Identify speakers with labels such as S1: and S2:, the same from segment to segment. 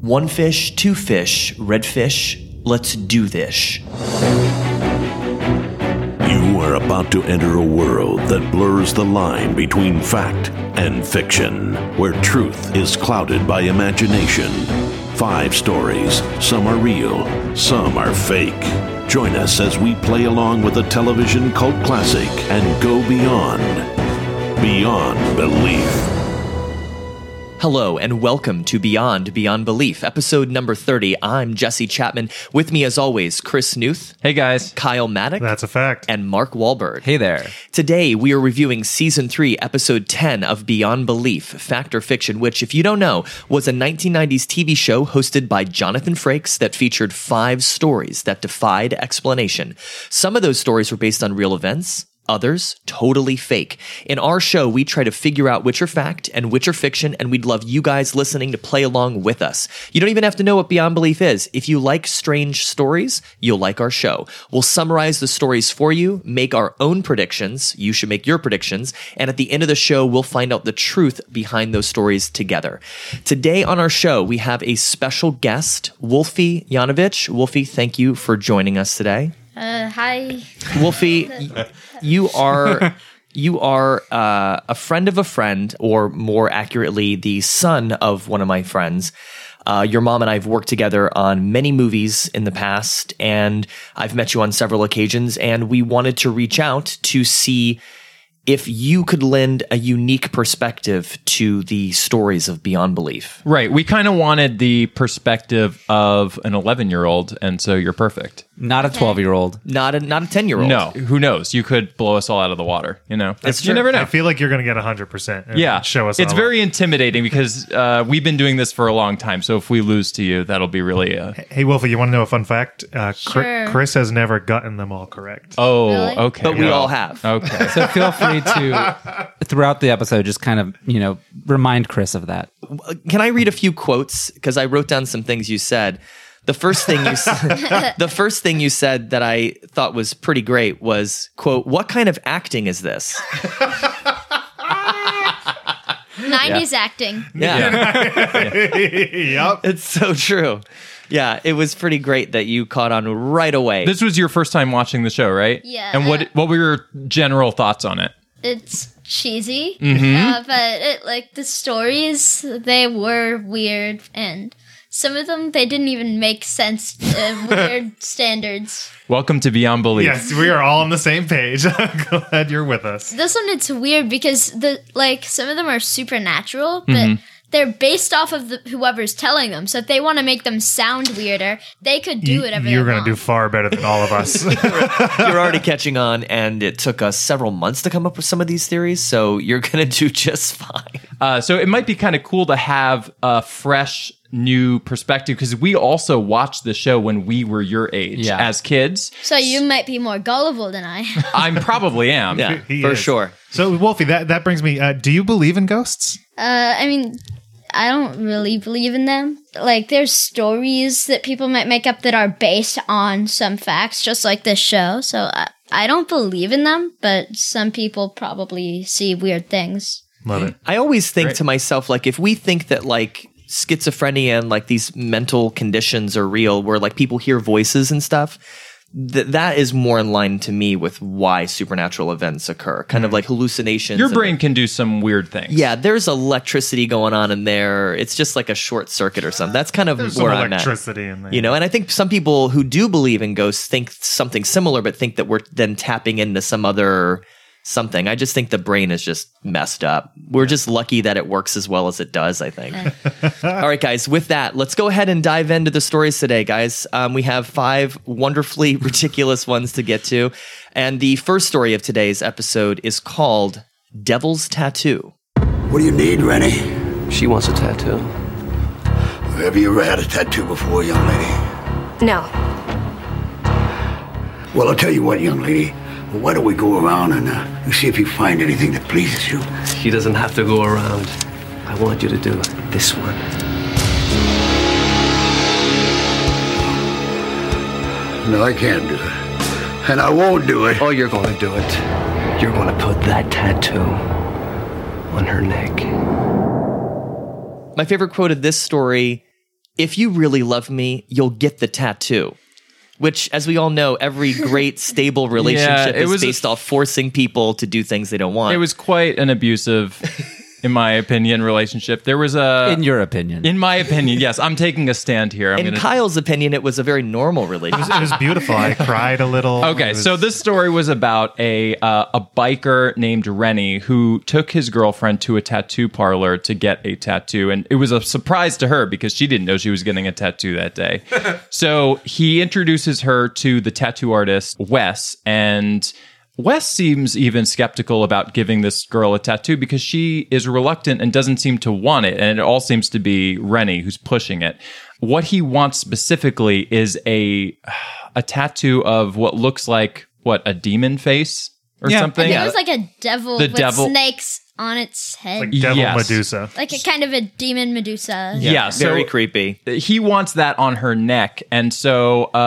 S1: One fish, two fish, red fish, let's do this.
S2: You are about to enter a world that blurs the line between fact and fiction, where truth is clouded by imagination. Five stories, some are real, some are fake. Join us as we play along with a television cult classic and go beyond, beyond belief.
S1: Hello and welcome to Beyond Beyond Belief, episode number 30. I'm Jesse Chapman. With me, as always, Chris Newth,
S3: Hey guys.
S1: Kyle Maddock,
S4: That's a fact.
S1: and Mark Wahlberg.
S3: Hey there.
S1: Today, we are reviewing season three, episode 10 of Beyond Belief Fact or Fiction, which, if you don't know, was a 1990s TV show hosted by Jonathan Frakes that featured five stories that defied explanation. Some of those stories were based on real events. Others totally fake. In our show, we try to figure out which are fact and which are fiction, and we'd love you guys listening to play along with us. You don't even have to know what Beyond Belief is. If you like strange stories, you'll like our show. We'll summarize the stories for you, make our own predictions. You should make your predictions. And at the end of the show, we'll find out the truth behind those stories together. Today on our show, we have a special guest, Wolfie Yanovich. Wolfie, thank you for joining us today.
S5: Uh, hi.
S1: Wolfie, y- you are you are uh, a friend of a friend, or more accurately, the son of one of my friends. Uh, your mom and I have worked together on many movies in the past, and I've met you on several occasions. And we wanted to reach out to see if you could lend a unique perspective to the stories of Beyond Belief.
S3: Right. We kind of wanted the perspective of an 11 year old, and so you're perfect.
S6: Not a 12 year old.
S1: Not a not a ten year old.
S3: No, who knows? You could blow us all out of the water, you know? It's- you never know.
S4: I feel like you're going to get 100%. and
S3: yeah.
S4: Show us.
S3: It's
S4: all.
S3: very intimidating because uh, we've been doing this for a long time. So if we lose to you, that'll be really. Uh,
S4: Hey, Wolfie, you want to know a fun fact? Uh, Cri-
S5: Sure.
S4: Chris has never gotten them all correct.
S3: oh,
S5: Really?
S3: okay.
S1: but we
S3: well,
S1: all have.
S3: Okay.
S6: So feel free to, throughout the episode, just kind of, you know, remind Chris of that.
S1: can I read a few quotes because I wrote down some things you said. The first thing you s- the first thing you said that I thought was pretty great was quote what kind of acting is this?
S5: 90s acting.
S1: Yeah.
S4: yep.
S1: it's so true. Yeah, it was pretty great that you caught on right away.
S3: This was your first time watching the show, right?
S5: Yeah.
S3: And what what were your general thoughts on it?
S5: It's cheesy,
S3: Mm-hmm.
S5: uh, but it, like the stories, they were weird, and some of them they didn't even make sense. Uh, weird standards.
S3: Welcome to Beyond Belief.
S4: Yes, we are all on the same page. I'm glad you're with us.
S5: This one it's weird because the like some of them are supernatural, but.
S3: Mm-hmm.
S5: They're based off of the, whoever's telling them, so if they want to make them sound weirder, they could do
S4: You-
S5: whatever
S4: you're
S5: they
S4: going to
S5: want.
S4: do far better than all of us.
S1: You're already catching on and it took us several months to come up with some of these theories, so you're going to do just fine.
S3: Uh, so it might be kind of cool to have a fresh new perspective because we also watched the show when we were your age
S6: Yeah.
S3: as kids.
S5: so you might be more gullible than I.
S3: I'm probably am.
S1: Yeah,
S4: He
S1: for
S4: is.
S1: sure.
S4: So, Wolfie, that, that brings me. Uh, do you believe in ghosts?
S5: Uh, I mean, I don't really believe in them. Like, there's stories that people might make up that are based on some facts, just like this show. So I, I don't believe in them, but some people probably see weird things.
S4: Love it.
S1: I always think to myself, like, if we think that like schizophrenia and like these mental conditions are real, where like people hear voices and stuff, th- that is more in line to me with why supernatural events occur, kind
S4: Mm.
S1: of like hallucinations.
S3: Your
S1: and-
S3: brain can do some weird things.
S1: yeah, there's electricity going on in there. It's just like a short circuit or something. That's kind of
S4: There's some
S1: where I'm at.
S4: electricity in there.
S1: You know, and I think some people who do believe in ghosts think something similar, but think that we're then tapping into some other something. I just think the brain is just messed up. We're just lucky that it works as well as it does, I think. All right, guys, with that, let's go ahead and dive into the stories today, guys. Um, we have five wonderfully ridiculous ones to get to. And the first story of today's episode is called Devil's Tattoo.
S7: What do you need, Rennie?
S8: She wants a tattoo.
S7: Have you ever had a tattoo before, young lady?
S9: No.
S7: Well, I'll tell you what, young lady. Why don't we go around and uh, you see if you find anything that pleases you?
S8: She doesn't have to go around. I want you to do this one.
S7: No, I can't do it. And I won't do it.
S8: Oh, you're gonna do it. You're gonna put that tattoo on her neck.
S1: My favorite quote of this story if you really love me, you'll get the tattoo. Which, as we all know, every great stable relationship
S3: it
S1: is
S3: was a-
S1: based off forcing people to do things they don't want.
S3: It was quite an abusive, in my opinion, relationship. There was
S4: Uh,
S3: a
S6: in your opinion.
S3: in my opinion, yes, I'm taking a stand here. I'm
S1: in
S3: gonna-
S1: Kyle's opinion, it was a very normal
S4: It
S1: relationship.
S4: was, it was beautiful. I cried a little.
S3: Okay,
S4: Oh, It was-
S3: so this story was about a uh, a biker named Rennie who took his girlfriend to a tattoo parlor to get a tattoo, and it was a surprise to her because she didn't know she was getting a tattoo that day. so he introduces her to the tattoo artist Wes, and Wes seems even skeptical about giving this girl a tattoo because she is reluctant and doesn't seem to want it, and it all seems to be Rennie who's pushing it. What he wants specifically is a a tattoo of what looks like what a demon face or
S6: Yeah.
S3: something.
S5: It was like a devil
S3: The
S5: with
S3: devil-
S5: snakes on its head.
S4: like
S5: Like,
S4: Devil
S3: Yes.
S4: Medusa.
S5: a kind of a demon Medusa.
S3: yeah, so
S1: very creepy.
S3: he wants that on her neck, and so uh,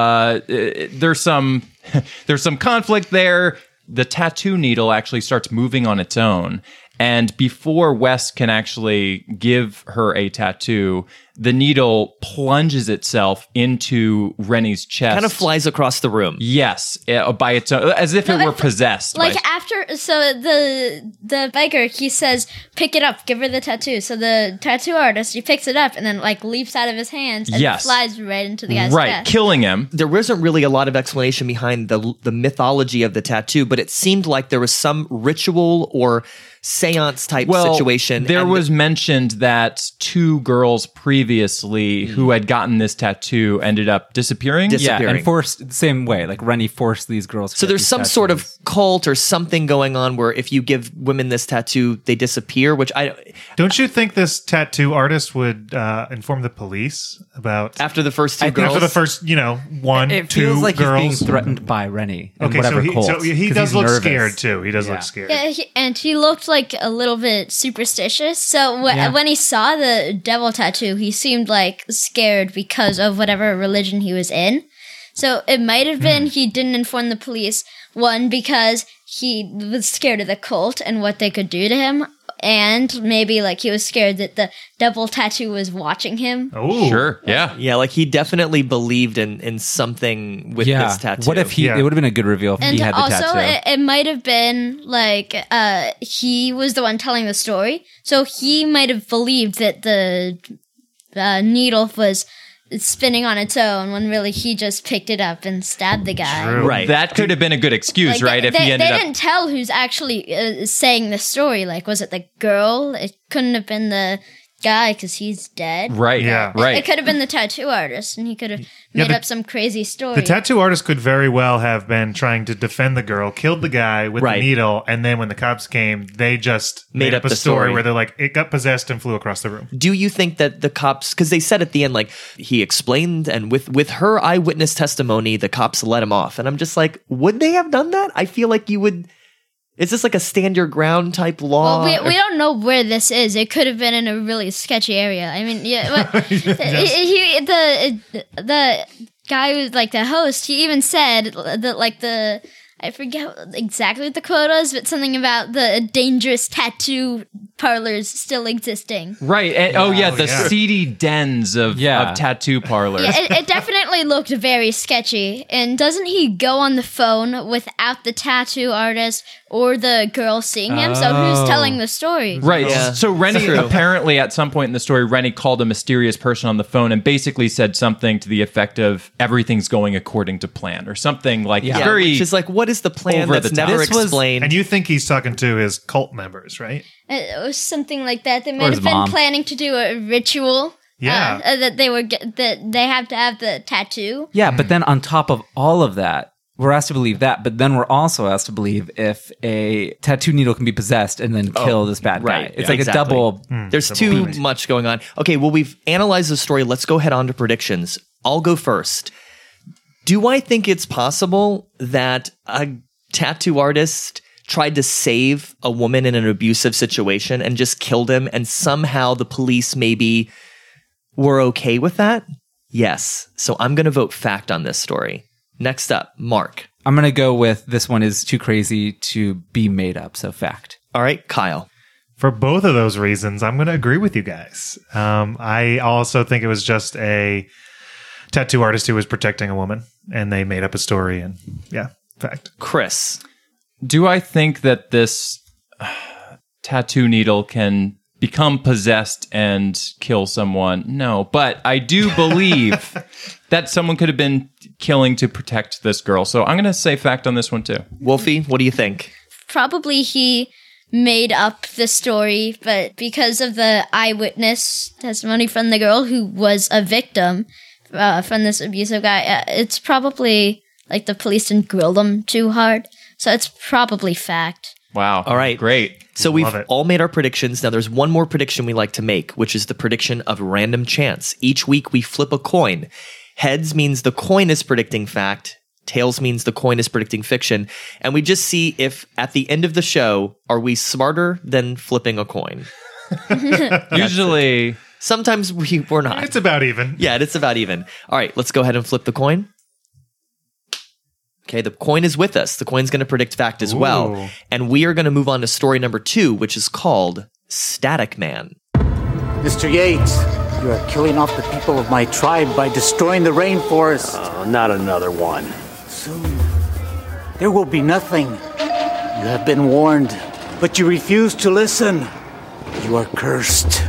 S3: uh, there's some there's some conflict there. The tattoo needle actually starts moving on its own, and before Wes can actually give her a tattoo, the needle plunges itself into Rennie's chest.
S1: Kind of flies across the room.
S3: Yes, uh, by its own, as if
S5: No,
S3: it were
S5: I-
S3: possessed. by
S5: Like after, so the the biker he says, "Pick it up, give her the tattoo." So the tattoo artist he picks it up and then like leaps out of his hands and
S3: Yes.
S5: flies right into the guy's
S3: right,
S5: chest.
S3: killing him.
S1: there wasn't really a lot of explanation behind the the mythology of the tattoo, but it seemed like there was some ritual or seance type situation.
S3: There
S1: and
S3: was mentioned that two girls previously who had gotten this tattoo ended up disappearing.
S6: yeah,
S1: disappearing.
S6: and forced the same way. Like Rennie forced these girls. to
S1: so
S6: get
S1: there's
S6: these
S1: some sort of
S6: tattoos.
S1: cult or something going on where if you give women this tattoo, they disappear. Which I
S4: Don't you think this tattoo artist would uh, inform the police about
S1: after the first two
S6: I think
S1: girls,
S4: after the first, you know, one,
S6: It
S4: two
S6: feels like
S4: girls?
S6: he's being threatened by Rennie. and
S4: okay, so
S6: whatever
S4: he,
S6: cult,
S4: so he
S6: 'cause
S4: does
S6: he's
S4: look
S6: nervous.
S4: scared too. He does
S6: Yeah.
S4: look scared.
S5: Yeah, he, and he looked like a little bit superstitious. So wh- when he saw the devil tattoo, he seemed like scared because of whatever religion he was in. So it might have been he didn't inform the police one because he was scared of the cult and what they could do to him, and maybe like he was scared that the devil tattoo was watching him.
S4: Oh,
S3: Sure. Yeah.
S1: yeah, like he definitely believed in in something with
S6: Yeah.
S1: this tattoo.
S6: What if he?
S4: Yeah.
S6: It would have been a good reveal if
S5: and
S6: he had the
S5: also
S6: tattoo.
S5: it, it might have been like uh he was the one telling the story so he might have believed that the uh, needle was spinning on its own when really he just picked it up and stabbed the guy
S4: True.
S1: right?
S3: That could have been a good excuse,
S5: Like,
S3: right?
S5: they,
S3: if
S5: they,
S3: he ended
S5: they
S3: up
S5: didn't tell who's actually uh, saying the story like was it the girl it couldn't have been the guy because he's dead
S3: right.
S4: Yeah.
S3: Right.
S5: it could have been the tattoo artist and he could have made
S4: the-
S5: up some crazy story
S4: The tattoo artist could very well have been trying to defend the girl, killed the guy with
S1: Right.
S4: the needle, and then when the cops came, they just made, up, a
S1: the
S4: story,
S1: story.
S4: where they're like, it got possessed and flew across the room.
S1: do you think that the cops because they said at the end like he explained and with with her eyewitness testimony the cops let him off and i'm just like would they have done that i feel like you would is this like a stand your ground type law
S5: Well, we, we
S1: Or-
S5: don't know where this is. It could have been in a really sketchy area. I mean, yeah, but he, he, the the guy who's like the host, he even said that like the I forget exactly what the quote was, but something about the dangerous tattoo parlors still existing.
S3: Right. And, oh, yeah. The
S4: yeah.
S3: seedy dens of,
S6: Yeah.
S3: of tattoo parlors.
S5: Yeah, it, it definitely looked very sketchy. And doesn't he go on the phone without the tattoo artist or the girl seeing him? So who's telling the story?
S3: Right.
S1: Yeah.
S3: So Rennie
S1: True.
S3: apparently at some point in the story, Rennie called a mysterious person on the phone and basically said something to the effect of everything's going according to plan or something like
S1: yeah,
S3: very
S1: which is like what is the plan
S3: over
S1: that's
S3: the top.
S1: never
S3: This
S6: was-
S1: explained
S4: And you think he's talking to his cult members, right?
S5: uh, or something like that. They might
S6: his
S5: have been
S6: mom.
S5: planning to do a ritual.
S4: Yeah.
S5: uh, uh, that they were get, that they have to have the tattoo.
S6: Yeah, but then on top of all of that, we're asked to believe that, but then we're also asked to believe if a tattoo needle can be possessed and then kill this bad
S1: Oh, right
S6: guy. It's
S1: yeah,
S6: like
S1: exactly.
S6: a double.
S1: there's too much going on okay well we've analyzed the story let's go head on to predictions i'll go first do i think it's possible that a tattoo artist tried to save a woman in an abusive situation and just killed him and somehow the police maybe were okay with that yes so i'm going to vote fact on this story next up mark
S6: I'm gonna go with this one is too crazy to be made up. So fact.
S1: all right kyle
S4: for both of those reasons, I'm going to agree with you guys. Um, I also think it was just a tattoo artist who was protecting a woman, and they made up a story. And yeah, fact.
S1: Chris,
S3: Do I think that this tattoo needle can become possessed and kill someone? No, but I do believe that someone could have been killing to protect this girl. So I'm going to say fact on this one too.
S1: Wolfie, what do you think?
S5: Probably he made up the story, but because of the eyewitness testimony from the girl who was a victim uh, from this abusive guy, uh, it's probably like the police didn't grill them too hard. So it's probably fact.
S3: Wow.
S1: All right.
S3: Great.
S1: So we've
S4: it.
S1: all made our predictions. Now there's one more prediction we like to make, which is the prediction of random chance. Each week we flip a coin. Heads means the coin is predicting fact. Tails means the coin is predicting fiction. And we just see if at the end of the show, are we smarter than flipping a coin?
S3: Usually,
S1: Sometimes we, we're not.
S4: It's about even.
S1: yeah, it's about even. All right, let's go ahead and flip the coin. Okay, the coin is with us. The coin's going to predict fact as well.
S4: Ooh.
S1: And we are going to move on to story number two, which is called Static Man.
S9: Mr. Yates, you are killing off the people of my tribe by destroying the rainforest.
S8: Oh, not another one.
S9: Soon, there will be nothing. You have been warned, but you refuse to listen. You are cursed.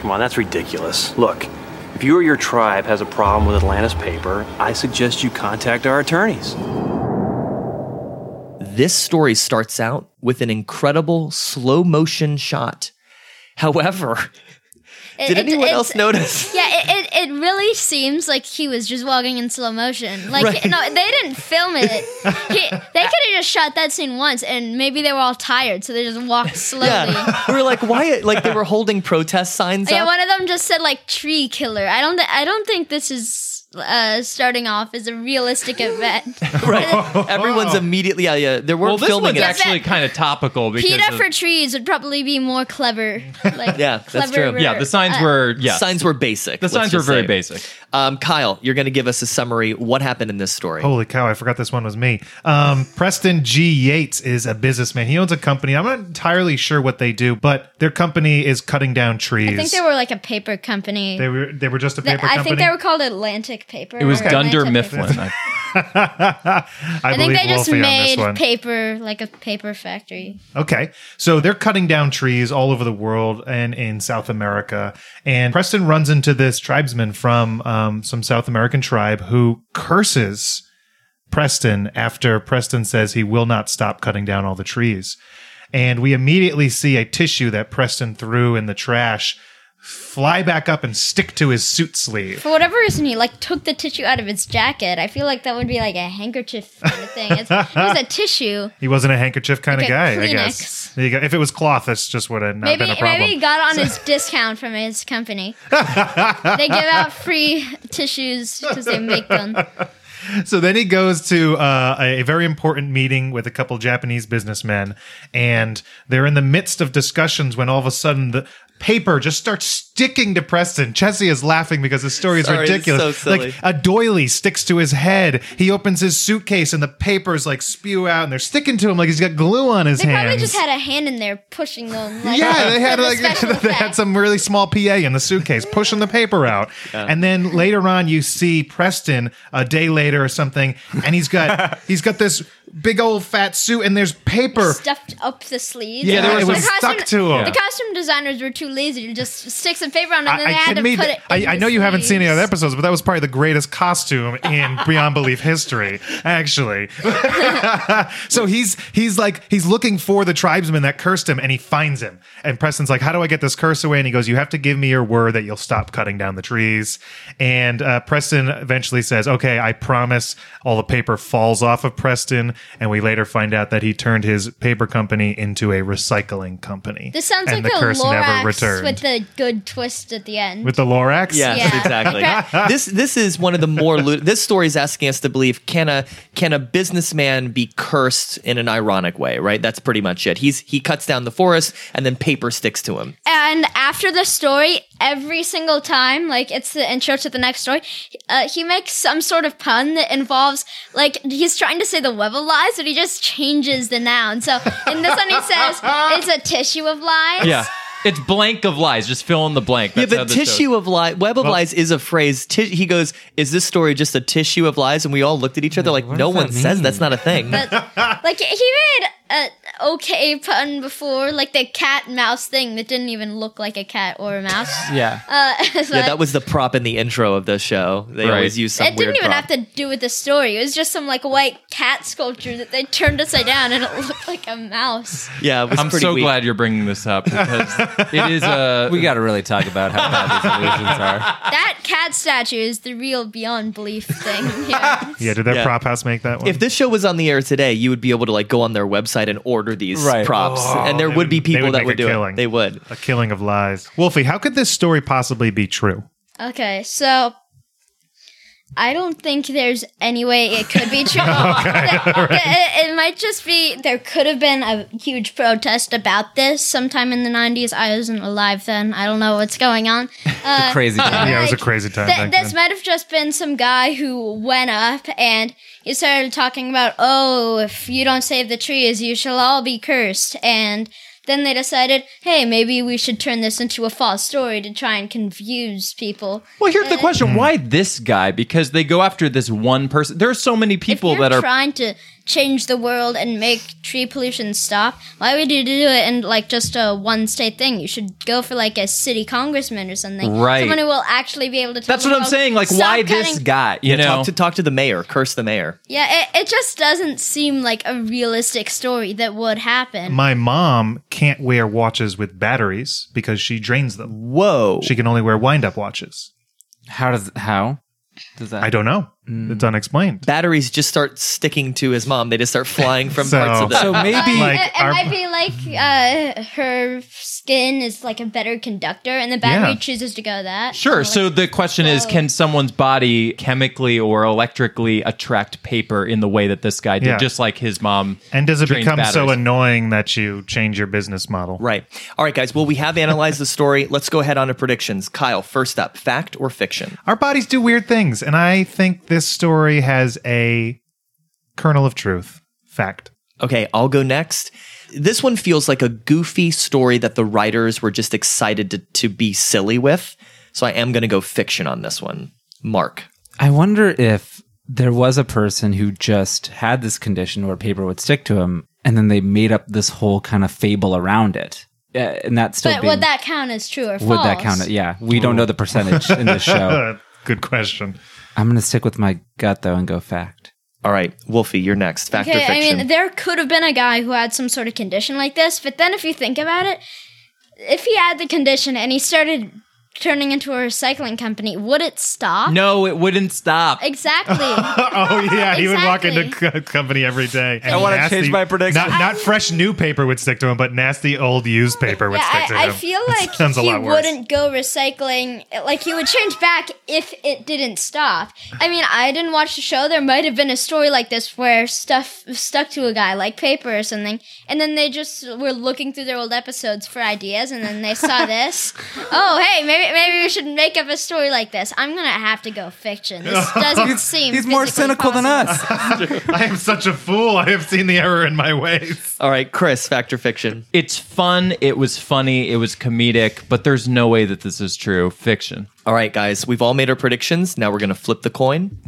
S8: Come on, that's ridiculous. Look, if you or your tribe has a problem with Atlantis paper, I suggest you contact our attorneys.
S1: This story starts out with an incredible slow motion shot. However,
S5: It-
S1: did
S5: it-
S1: anyone
S5: it's-
S1: else notice?
S5: Yeah, it, it, it really seems like he was just walking in slow motion. Like,
S1: Right.
S5: no, they didn't film it. He, they could have just shot that scene once, and maybe they were all tired, so they just walked slowly. Yeah.
S1: we were like, why? Like they were holding protest signs up.
S5: one of them just said like tree killer. I don't, th- I don't think this is uh, starting off as a realistic event.
S1: right. Everyone's immediately. Yeah, yeah. They
S3: Oh. well,
S1: weren't
S3: this
S1: filming
S3: one's
S1: it.
S3: actually kind of topical because
S5: Peter
S3: of-
S5: for trees would probably be more clever. Like,
S1: Yeah, that's
S5: cleverer,
S1: true.
S3: yeah, the signs
S5: uh,
S3: were yeah,
S1: Signs were basic.
S3: the
S1: let's
S3: signs were
S1: just
S3: very
S1: say.
S3: basic.
S1: Um, Kyle, you're going to give us a summary. What happened in this story?
S3: Oh,
S4: Holy cow, I forgot this one was me. Um, Preston G. Yates is a businessman. He owns a company. I'm not entirely sure what they do, but their company is cutting down trees.
S5: I think they were like a paper company.
S4: They were, they were just a
S5: Th-
S4: paper
S5: I
S4: company.
S5: think they were called Atlantic Paper.
S3: It was
S5: or
S3: Dunder
S5: Atlantic
S3: Mifflin. I-
S4: I,
S5: I think
S4: believe
S5: they just
S4: Wolfie
S5: made
S4: on this one.
S5: paper like a paper factory.
S4: Okay. So they're cutting down trees all over the world and in South America. And Preston runs into this tribesman from um, some South American tribe who curses Preston after Preston says he will not stop cutting down all the trees. And we immediately see a tissue that Preston threw in the trash fly back up and stick to his suit sleeve.
S5: For whatever reason, he like took the tissue out of his jacket. I feel like that would be like a handkerchief kind of thing. It's, it was a tissue.
S4: He wasn't a handkerchief kind
S5: Okay,
S4: of guy, I
S5: Kleenex.
S4: guess. There you go. If it was cloth, that's just would have not
S5: Maybe
S4: been a problem.
S5: maybe he got on his discount from his company. they give out free tissues because they make them.
S4: So then he goes to uh, a a very important meeting with a couple Japanese businessmen, and they're in the midst of discussions when all of a sudden the paper just starts sticking to Preston. Jesse is laughing because the story is
S1: Sorry, it's
S4: ridiculous.
S1: so silly.
S4: Like a doily sticks to his head. He opens his suitcase, and the papers like spew out, and they're sticking to him like he's got glue on his
S5: They
S4: hands.
S5: probably just had a hand in there pushing them. Like,
S4: Yeah, they had
S5: for the
S4: like
S5: special
S4: they had
S5: effect.
S4: some really small PA in the suitcase pushing the paper out, and then later on you see Preston a day later or something, and he's got he's got this big old fat suit and there's paper.
S5: stuffed up the sleeves.
S4: Yeah, there was
S5: The
S4: some stuck to 'em.
S5: The costume designers were too lazy to just stick some paper on, and then
S4: I,
S5: they
S4: I
S5: had
S4: can
S5: to
S4: mean,
S5: put it.
S4: I,
S5: in
S4: I
S5: the
S4: know you haven't seen any
S5: sleeves.
S4: other episodes, but that was probably the greatest costume in Beyond Belief history, actually. so he's he's like he's looking for the tribesman that cursed him, and he finds him. And Preston's like, "How do I get this curse away?" And he goes, "You have to give me your word that you'll stop cutting down the trees." And uh, Preston eventually says, "Okay, I promise." All the paper falls off of Preston, and we later find out that he turned his paper company into a recycling company.
S5: This sounds
S4: and
S5: like
S4: the
S5: a
S4: curse
S5: Lorax
S4: never
S5: It's
S4: returned
S5: with the good twist at the end.
S4: with the Lorax.
S1: Yes,
S5: Yeah.
S1: exactly. this this is one of the more lu- this story is asking us to believe can a can a businessman be cursed in an ironic way, right? That's pretty much it. He's he cuts down the forest and then paper sticks to him.
S5: and after the story, every single time, like it's the intro to the next story, uh, he makes some sort of pun that involves like he's trying to say the web of lies, but he just changes the noun. So in this one, he says it's a tissue of lies.
S3: Yeah. It's blank of lies. Just fill in the blank. That's
S1: yeah,
S3: how
S1: but
S3: this goes.
S1: tissue of lies, web of lies is a phrase. Ti- he goes, "Is this story just a tissue of lies?" And we all looked at each other like,
S6: what
S1: "No
S6: does that
S1: one says
S6: mean?"
S1: that's not a thing."
S5: Like he made an okay pun before, like the cat and mouse thing that didn't even look like a cat or a mouse.
S6: Yeah.
S5: Uh,
S1: yeah, that was the prop in the intro of the show. They
S3: Right.
S1: always use some
S5: it didn't
S1: weird
S5: even
S1: prop.
S5: have to do with the story. It was just some like white cat sculpture that they turned upside down, and it looked like a mouse.
S1: yeah, it was
S3: I'm
S1: pretty
S3: so
S1: weak.
S3: glad you're bringing this up because it is a.
S6: We got to really talk about how bad these illusions are.
S5: That cat statue is the real beyond belief thing here.
S4: Yeah, did that
S1: Yeah.
S4: prop house make that one?
S1: If this show was on the air today, you would be able to like go on their website and order these
S6: Right.
S1: props, and there
S4: Oh, they
S1: would be
S4: would- they
S1: people
S4: would
S1: that
S4: make
S1: would
S4: a
S1: do
S4: killing.
S1: it. They would.
S4: a killing of lies. Wolfie, how could this story possibly be true?
S5: Okay, so I don't think there's any way it could be true. Th- th- it, it might just be there could have been a huge protest about this sometime in the 90s. I wasn't alive then. I don't know what's going on. Uh,
S6: Crazy.
S5: like,
S4: Yeah, it was a crazy time.
S5: Th-
S4: back
S5: this
S4: then.
S5: might have just been some guy who went up and he started talking about, oh, if you don't save the trees, you shall all be cursed. And then they decided, hey, maybe we should turn this into a false story to try and confuse people.
S3: Well, here's the question: Why this guy? Because they go after this one person. There are so many people
S5: if you're
S3: that are.
S5: trying to change the world and make tree pollution stop, why would you do it in like just a one state thing? You should go for like a city congressman or something,
S3: Right.
S5: Someone who will actually be able to. Tell
S3: that's
S5: the
S3: what I'm
S5: world,
S3: saying. Like,
S5: "Stop
S3: why this
S5: cutting
S3: guy? You
S1: Yeah,
S3: know,
S1: talk to talk to the mayor, curse the mayor.
S5: Yeah, it, it just doesn't seem like a realistic story that would happen.
S4: My mom can't wear watches with batteries because she drains them.
S1: Whoa.
S4: She can only wear wind up watches.
S6: How does how does that?
S4: I don't know.
S1: Mm.
S4: It's unexplained.
S1: Batteries just start sticking to his mom. They just start flying from
S4: So-
S1: parts of the.
S6: So
S5: Uh,
S6: maybe
S4: Like,
S5: it, it
S4: our-
S5: might be like uh, her skin is like a better conductor, and the battery
S4: Yeah.
S5: chooses to go that.
S3: Sure.
S5: Like-
S3: So the question is,
S5: So-
S3: can someone's body chemically or electrically attract paper in the way that this guy did,
S4: Yeah.
S3: just like his mom?
S4: And does it
S3: drains
S4: become so
S3: batteries?
S4: annoying that you change your business model?
S1: Right. All right, guys. Well, we have analyzed the story. Let's go ahead on to predictions. Kyle, first up, fact or fiction?
S4: Our bodies do weird things, and I think this story has a kernel of truth. Fact.
S1: Okay, I'll go next. This one feels like a goofy story that the writers were just excited to, to be silly with. So I am going to go fiction on this one. Mark.
S6: I wonder if there was a person who just had this condition where paper would stick to him, and then they made up this whole kind of fable around it. Yeah, and that's still
S5: but
S6: being,
S5: would that count as true or false?
S6: would that count? it? Yeah, we don't know the percentage in this
S1: Oh.
S6: show.
S4: Uh, good question.
S6: I'm gonna stick with my gut though and go fact.
S1: All right, Wolfie, you're next. Fact or
S5: Okay, I
S1: fiction?
S5: mean, there could have been a guy who had some sort of condition like this, but then if you think about it, if he had the condition and he started turning into a recycling company, would it stop?
S3: No, it wouldn't stop.
S5: Exactly.
S4: Oh yeah, he would walk
S5: Exactly.
S4: into co- company every day. I
S6: wanna change my prediction.
S4: Not, not fresh new paper would stick to him, but nasty old used paper would
S5: Yeah,
S4: stick to
S5: I, I
S4: him.
S5: feel
S4: That
S5: like
S4: sounds a
S5: he
S4: lot worse.
S5: wouldn't go recycling. Like he would change back if it didn't stop. I mean, I didn't watch the show. There might have been a story like this where stuff stuck to a guy, like paper or something, and then they just were looking through their old episodes for ideas, and then they saw this. oh, hey, maybe maybe we should make up a story like this. I'm gonna have to go fiction. This doesn't seem.
S6: He's more
S5: physically
S6: cynical than
S5: possible.
S6: us.
S4: I am such a fool. I have seen the error in my ways.
S1: All right, Chris, fact or fiction?
S3: it's fun. It was funny. It was comedic. But there's no way that this is true. Fiction.
S1: All right, guys, we've all made our predictions. Now we're going to flip the coin.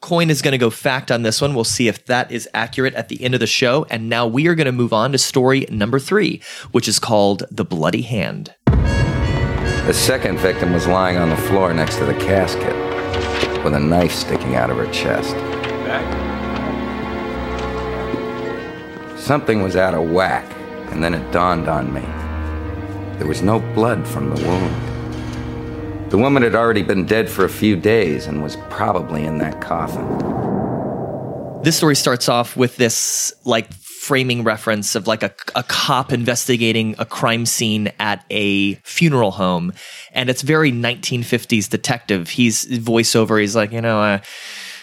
S1: Coin is going to go fact on this one. We'll see if that is accurate at the end of the show. And now we are going to move on to story number three, which is called The Bloody Hand.
S10: The second victim was lying on the floor next to the casket with a knife sticking out of her chest. Something was out of whack, and then it dawned on me. There was no blood from the wound. The woman had already been dead for a few days and was probably in that coffin.
S1: This story starts off with this like framing reference of like a, a cop investigating a crime scene at a funeral home. And it's very 1950s detective. He's voiceover. He's like, you know, uh,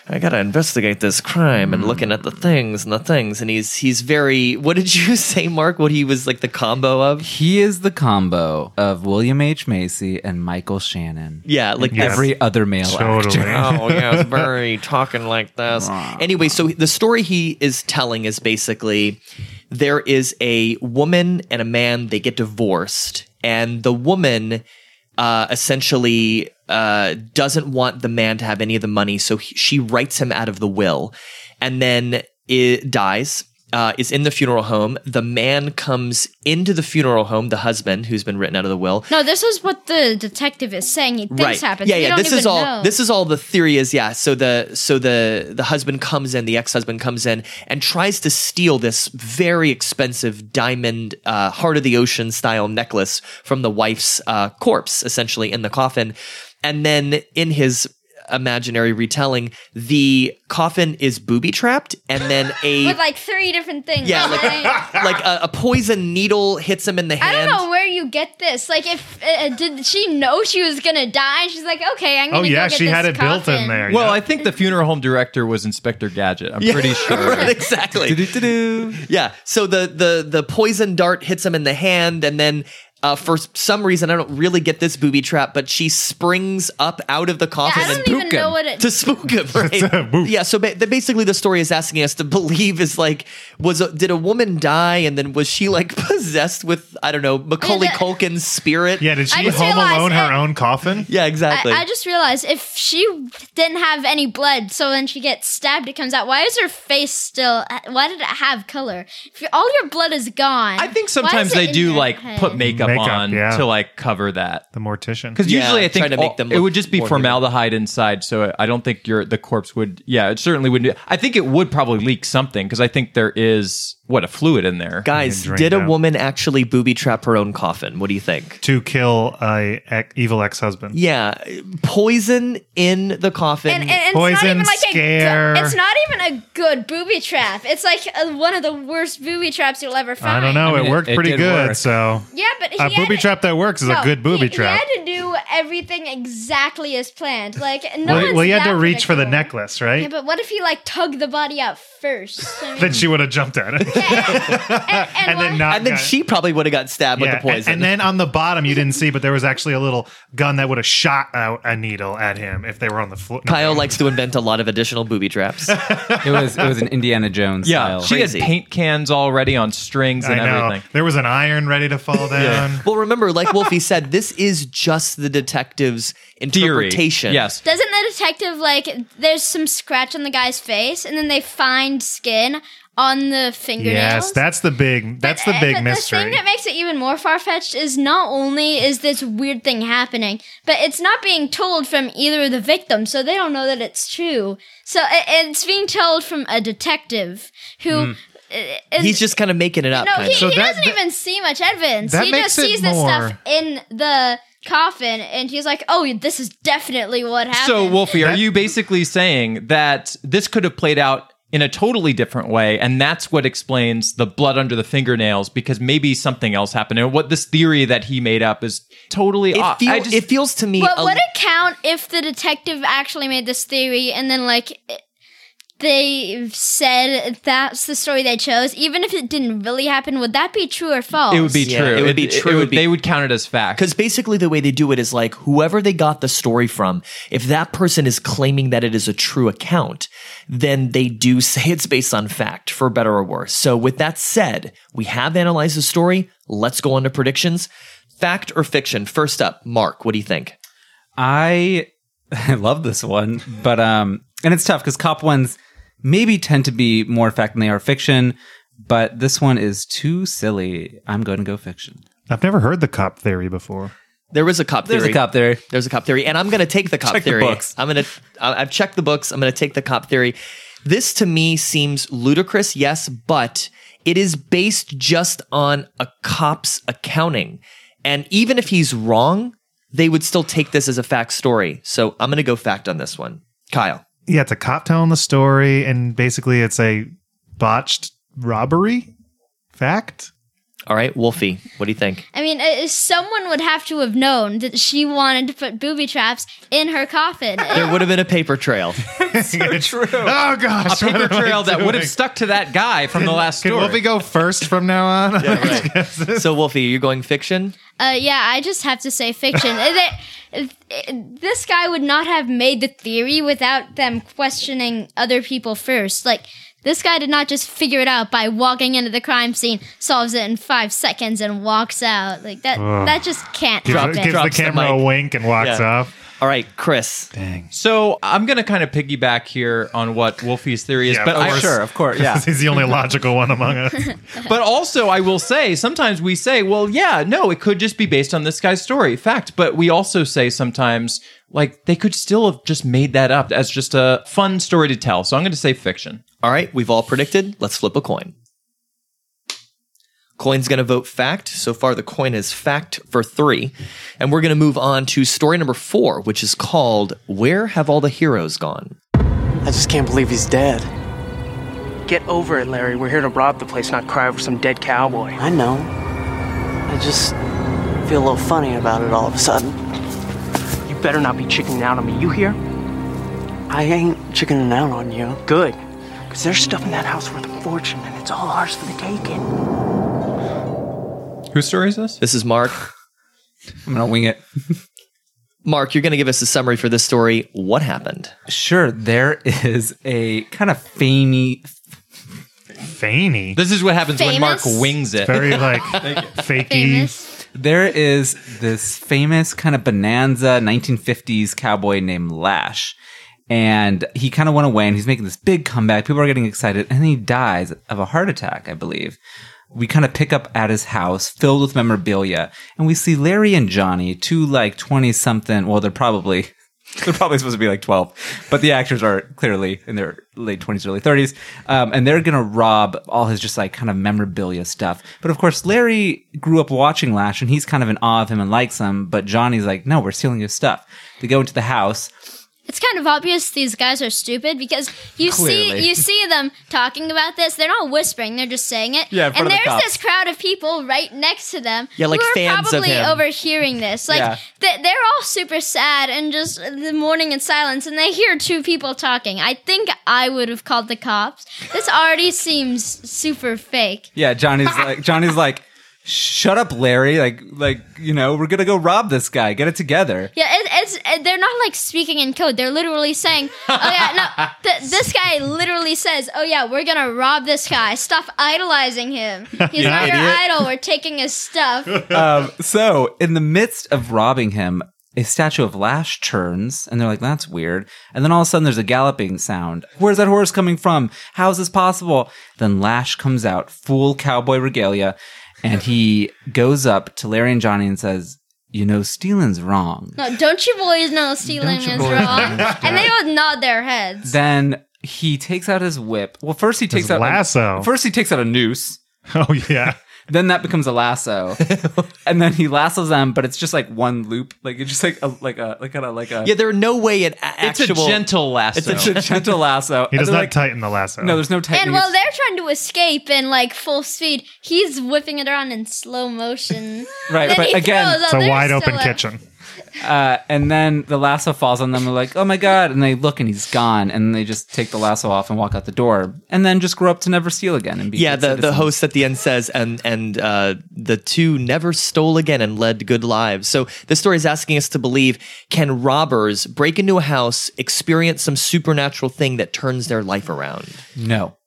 S1: I gotta investigate this crime and looking at the things and the things. And he's he's very. What did you say, Mark? What he was like the combo of?
S6: He is the combo of William H. Macy and Michael Shannon.
S1: Yeah, like
S6: And every other male
S4: Totally.
S6: actor.
S1: oh yeah, it's very talking like this. Anyway, so the story he is telling is basically there is a woman and a man. They get divorced, and the woman uh, essentially uh, doesn't want the man to have any of the money, so he, she writes him out of the will, and then it dies. Uh, is in the funeral home. The man comes into the funeral home, the husband who's been written out of the will,
S5: No, this is what the detective is saying. He thinks happens.
S1: yeah,
S5: We
S1: yeah.
S5: don't
S1: this is
S5: even
S1: all.
S5: know.
S1: This is all the theory is. Yeah. So the so the the husband comes in, the ex husband comes in and tries to steal this very expensive diamond uh, heart of the ocean style necklace from the wife's uh, corpse, essentially in the coffin, and then in his imaginary retelling, the coffin is booby trapped, and then a
S5: with like three different things.
S1: yeah,
S5: right?
S1: like like a, a poison needle hits him in the
S5: I
S1: hand.
S5: don't know where you get this. Like, if uh, did she know she was gonna die? She's like, okay, I'm
S4: Oh
S5: gonna. go
S4: yeah,
S5: get
S4: she
S5: this
S4: had it built in
S5: coffin."
S4: there.
S3: Well,
S4: yeah.
S3: I think the funeral home director was Inspector Gadget. I'm pretty sure.
S1: Right, exactly.
S3: Do-do-do-do.
S1: Yeah. So the the the poison dart hits him in the hand, and then uh, for s- some reason I don't really get this booby trap, but she springs up out of the
S5: Yeah,
S1: coffin
S5: I
S1: and
S5: don't even know what it.
S1: to spook him. Right? yeah. So ba- the- basically, the story is asking us to believe is like was a, did a woman die, and then was she like possessed with I don't know Macaulay
S5: that-
S1: Culkin's spirit?
S4: yeah, did
S5: I
S4: she
S5: just
S4: home
S5: realized
S4: alone her
S5: it-
S4: own coffin?
S1: Yeah. Exactly.
S5: I, I just realized if she didn't have any blood, so when she gets stabbed, it comes out. Why is her face still? uh, Why did it have color? If you- all your blood is gone,
S3: I think
S5: why is
S3: sometimes
S5: it
S3: they
S5: in
S3: do
S5: your
S3: like
S5: head?
S3: put makeup,
S4: Makeup,
S3: on
S4: yeah.
S3: to like cover that.
S4: The mortician.
S3: Because
S1: Yeah,
S3: usually I think
S1: try to make
S3: all-
S1: them
S3: it
S1: look
S3: would just be
S1: more
S3: formaldehyde inside, so I don't think your the corpse would. Yeah, it certainly wouldn't. I think it would probably leak something because I think there is what a fluid in there.
S1: Guys,
S4: drained
S1: did a
S4: out.
S1: woman actually booby trap her own coffin? What do you think?
S4: to kill a ec- evil ex-husband.
S1: Yeah, poison in the coffin.
S5: And, and, and it's
S4: Poison
S5: not even like
S4: scare.
S5: a. go- It's not even a good booby trap. It's like uh one of the worst booby traps you'll ever find.
S4: I don't know.
S6: I mean,
S4: it worked
S6: it- it
S4: pretty
S6: did
S4: good.
S6: work.
S4: So
S5: Yeah, but he
S4: a
S5: had
S4: booby
S5: to-
S4: trap that works is
S5: No,
S4: a good booby
S5: he,
S4: trap.
S5: He had to do everything exactly as planned. Like no
S4: well,
S5: one's
S4: well, you had
S5: that
S4: to reach for the
S5: predictable.
S4: necklace, right?
S5: Yeah, but what if he like tugged the body out first? I mean,
S4: then she would have jumped at it,
S5: and, and
S4: and
S5: why-
S4: then not.
S1: and then
S4: got-
S1: she probably would have got stabbed
S4: Yeah,
S1: with the poison.
S4: And, and then on the bottom, you didn't see, but there was actually a little gun that would have shot out a needle at him if they were on the floor. No,
S1: Kyle likes to invent a lot of additional booby traps.
S6: It was it was an Indiana Jones
S3: yeah,
S6: style.
S3: she
S1: Crazy.
S3: had paint cans already on strings
S4: I
S3: and
S4: know.
S3: everything.
S4: There was an iron ready to fall down.
S1: well, remember, like Wolfie said, this is just the detective's
S3: Theory.
S1: interpretation.
S3: Yes.
S5: Doesn't the detective like? There's some scratch on the guy's face, and then they find skin on the fingernails.
S4: Yes, that's the big. That's the
S5: And-
S4: big
S5: Eh, but
S4: mystery.
S5: The thing that makes it even more far fetched is not only is this weird thing happening, but it's not being told from either of the victims, so they don't know that it's true. So i- it's being told from a detective who. i- is-
S1: He's just kind of making it up.
S5: no,
S1: kind
S5: he,
S1: of.
S4: Hmm. So
S5: he
S4: that-
S5: doesn't
S4: that-
S5: even see much evidence.
S4: that
S5: He
S4: makes
S5: just
S4: it
S5: sees this
S4: more-
S5: stuff in the coffin, and he's like, "Oh, this is definitely what happened."
S3: So Wolfie, are
S4: That-
S3: you basically saying that this could have played out in a totally different way, and that's what explains the blood under the fingernails because maybe something else happened, and what this theory that he made up is totally
S1: it,
S3: off.
S1: feel-
S3: I just-
S1: it feels to me.
S5: But
S1: a-
S5: would it count if the detective actually made this theory and then like it- they said that's the story they chose, even if it didn't really happen? Would that be true or false?
S3: It would be
S1: Yeah,
S3: true.
S1: it would be true. It would be-
S3: they would count it as fact.
S1: Because basically, the way they do it is like whoever they got the story from, if that person is claiming that it is a true account, then they do say it's based on fact, for better or worse. So, with that said, we have analyzed the story. Let's go on to predictions. Fact or fiction? First up, Mark, what do you think?
S6: I I love this one, but um, and it's tough because cop ones maybe tend to be more fact than they are fiction, but this one is too silly. I'm going to go fiction.
S4: I've never heard the cop theory before.
S1: There is a cop
S6: There's
S1: theory.
S6: a cop there.
S1: There's a cop theory, and I'm going to take the cop
S6: Check the
S1: theory.
S6: books.
S1: I'm going to. I've checked the books. I'm going to take the cop theory. This to me seems ludicrous, yes, but it is based just on a cop's accounting, and even if he's wrong, they would still take this as a fact story. So I'm going to go fact on this one, Kyle.
S4: Yeah, it's a cop telling the story, and basically it's a botched robbery fact.
S1: All right, Wolfie, what do you think?
S5: I mean, uh, someone would have to have known that she wanted to put booby traps in her coffin.
S1: There would have been a paper trail.
S3: true.
S4: Oh gosh,
S3: a paper
S4: what am I
S3: trail that would
S4: doing?
S3: have stuck to that guy from the last
S4: Can
S3: story.
S4: Wolfie go first from now on?
S1: so, Wolfie, are you going fiction?
S5: Uh, yeah, I just have to say fiction. Uh, they- uh, this guy would not have made the theory without them questioning other people first. Like, this guy did not just figure it out by walking into the crime scene, solves it in five seconds, and walks out. Like that. That just can't
S4: Gives,
S5: happen.
S4: gives the
S1: drops the
S4: camera a
S1: mic.
S4: wink and walks
S1: Yeah.
S4: off.
S1: All right, Chris.
S3: So I'm going to kind of piggyback here on what Wolfie's theory is,
S4: Yeah,
S3: but
S4: of
S3: I,
S4: course.
S6: Sure, of course. Yeah.
S4: He's the only logical one among us.
S3: but also I will say sometimes we say, well, yeah, no, it could just be based on this guy's story, fact. But we also say sometimes like they could still have just made that up as just a fun story to tell. So I'm going to say fiction.
S1: All right, we've all predicted. Let's flip a coin. Coin's going to vote fact. So far, the coin is fact for three. And we're going to move on to story number four, which is called Where Have All the Heroes Gone?
S11: I just can't believe he's dead. Get over it, Larry. We're here to rob the place, not cry over some dead cowboy.
S9: I know. I just feel a little funny about it all of a sudden.
S11: You better not be chickening out on me. You hear?
S9: I ain't chickening out on you.
S11: Good. Because there's stuff in that house worth a fortune, and it's all ours for the taking.
S3: Whose story is this?
S1: This is Mark.
S6: I'm going to wing it.
S1: Mark, you're going to give us a summary for this story. What happened?
S6: Sure, there is a kind of feiny.
S4: Feiny.
S3: This is what happens when Mark
S5: Famous?
S3: wings it.
S4: Very like fakey.
S5: Famous.
S6: There is this famous kind of bonanza 1950s cowboy named Lash. And he kind of went away and he's making this big comeback. People are getting excited. And he dies of a heart attack, I believe. We kind of pick up at his house filled with memorabilia. And we see Larry and Johnny, two like 20 something. Well, they're probably They're probably supposed to be like 12, but the actors are clearly in their late 20s, early 30s. Um, and they're going to rob all his just like kind of memorabilia stuff. But of course, Larry grew up watching Lash and he's kind of in awe of him and likes him. But Johnny's like, no, we're stealing his stuff. They go into the house.
S5: It's kind of obvious these guys are stupid because you
S6: Clearly.
S5: see you see them talking about this. They're not whispering; they're just saying it.
S6: Yeah, in front
S5: and
S6: of the
S5: there's
S6: cops.
S5: this crowd of people right next to them.
S1: Yeah, like
S5: who are
S1: fans of
S5: probably
S1: him.
S5: overhearing this. Like
S6: Yeah.
S5: th- they're all super sad and just the morning in silence, and they hear two people talking. I think I would have called the cops. This already seems super fake.
S6: Yeah, Johnny's like, Johnny's like, shut up, Larry. Like, like, you know, we're going to go rob this guy. Get it together.
S5: Yeah, it, it's it, they're not like speaking in code. They're literally saying, "Oh yeah, no." Th- this guy literally says, "Oh yeah, we're gonna rob this guy. Stop idolizing him. He's not your idol. We're taking his stuff."
S6: um, so in the midst of robbing him, a statue of Lash turns, and they're like, "That's weird." And then all of a sudden, there's a galloping sound. Where's that horse coming from? How is this possible? Then Lash comes out, full cowboy regalia, and he goes up to Larry and Johnny and says, "You know, stealing's wrong."
S5: No, don't you boys know stealing
S6: Don't you
S5: is
S6: boys
S5: wrong?
S6: know
S5: and they would nod their heads.
S6: Then he takes out his whip. Well, first he takes out a-
S4: lasso.
S6: first he takes out a noose.
S4: Oh yeah.
S6: then that becomes a lasso, and then he lassos them, but it's just like one loop, like it's just like a like a like a like a
S1: Yeah, there are no way an a-
S3: It's
S1: actual.
S3: a gentle lasso.
S6: it's a gentle lasso.
S4: He does
S6: And they're
S4: not
S6: like,
S4: tighten the lasso.
S6: No, there's no
S5: and
S6: tightening.
S5: while they're trying to escape in like full speed, he's whipping it around in slow motion.
S6: Right,
S5: Then
S6: but
S5: he
S6: again-
S5: throws- oh,
S4: it's a
S5: there's
S4: wide
S5: still
S4: open
S5: a-
S4: kitchen.
S6: uh, and then the lasso falls on them. They're like, "Oh my god!" And they look, and he's gone. And they just take the lasso off and walk out the door. And then just grow up to never steal again. And be
S1: yeah,
S6: good
S1: the, the
S6: citizens.
S1: host at the end says, and and uh, the two never stole again and led good lives. So this story is asking us to believe: Can robbers break into a house, experience some supernatural thing that turns their life around?
S6: No,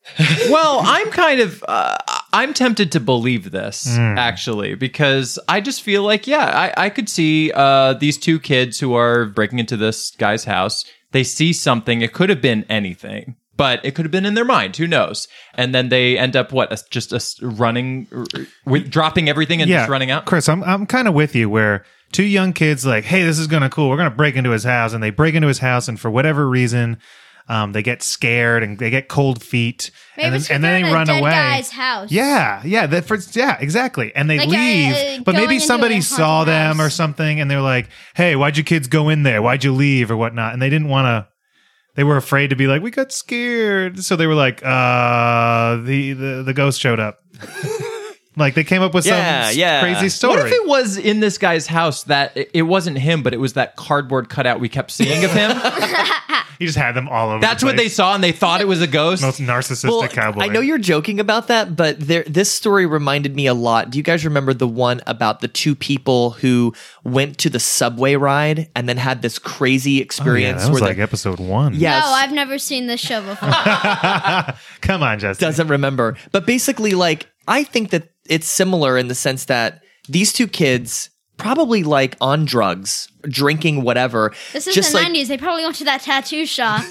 S3: well, I'm kind of uh, I'm tempted to believe this
S4: Hmm.
S3: actually because I just feel like yeah, I, I could see uh, these two kids who are breaking into this guy's house. They see something. It could have been anything, but it could have been in their mind. Who knows? And then they end up what a- just a s- running, r- with dropping everything and
S4: yeah,
S3: just running out.
S4: Chris, I'm I'm kind of with you where two young kids like, hey, this is gonna cool. We're gonna break into his house, and they break into his house, and for whatever reason, um, they get scared and they get cold feet,
S5: Maybe
S4: and
S5: it's they're in a dead guy's house.
S4: Yeah, yeah, that for, yeah, exactly. And they
S5: Like, uh,
S4: leave,
S5: uh,
S4: but
S5: going
S4: maybe
S5: into
S4: somebody
S5: a
S4: saw
S5: haunted
S4: them
S5: house.
S4: or something, and they're like, "Hey, why'd you kids go in there? Why'd you leave or whatnot?" And they didn't want to. They were afraid to be like, we got scared, so they were like, uh, the the, the ghost showed up. like they came up with some s- crazy story.
S3: What if it was in this guy's house that it- it wasn't him, but it was that cardboard cutout we kept seeing of him?
S4: you just had them all over.
S3: That's
S1: the
S3: what they
S1: place.
S3: saw, and they thought it was a ghost.
S4: Most narcissistic
S1: Well, I know you're joking about that, but there, this story reminded me a lot. Do you guys remember the one about the two people who went to the subway ride and then had this crazy experience
S4: Oh, that was
S1: where
S4: like
S1: they,
S4: episode one.
S1: Yes.
S5: No, I've never seen this show before.
S4: Come on, Justin.
S1: Doesn't remember. But basically, like, I think that it's similar in the sense that these two kids, probably like on drugs, drinking whatever.
S5: This is
S1: just
S5: the
S1: like,
S5: 90s. They probably went to that tattoo shop.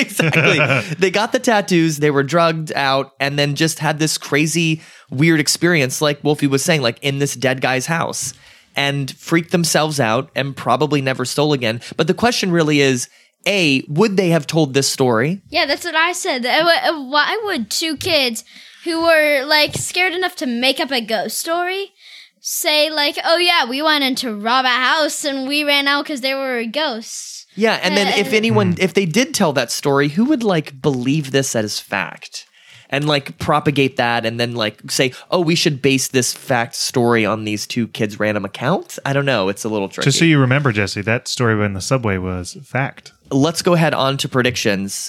S1: exactly. they got the tattoos, they were drugged out, and then just had this crazy, weird experience, like Wolfie was saying, like in this dead guy's house, and freaked themselves out and probably never stole again. But the question really is A, would they have told this story?
S5: Yeah, that's what I said. Uh, wh- uh, Why would two kids who were like scared enough to make up a ghost story say like, "Oh yeah, we wanted to rob a house and we ran out because there were ghosts"?
S1: Yeah, and then if
S6: Eh.
S5: Uh,
S1: anyone, if they did tell that story, who would like believe this as fact? And like propagate that, and then like say, "Oh, we should base this fact story on these two kids' random accounts." I don't know; it's a little tricky.
S4: Just so you remember, Jesse, that story when the subway was fact.
S1: let's go ahead on to predictions.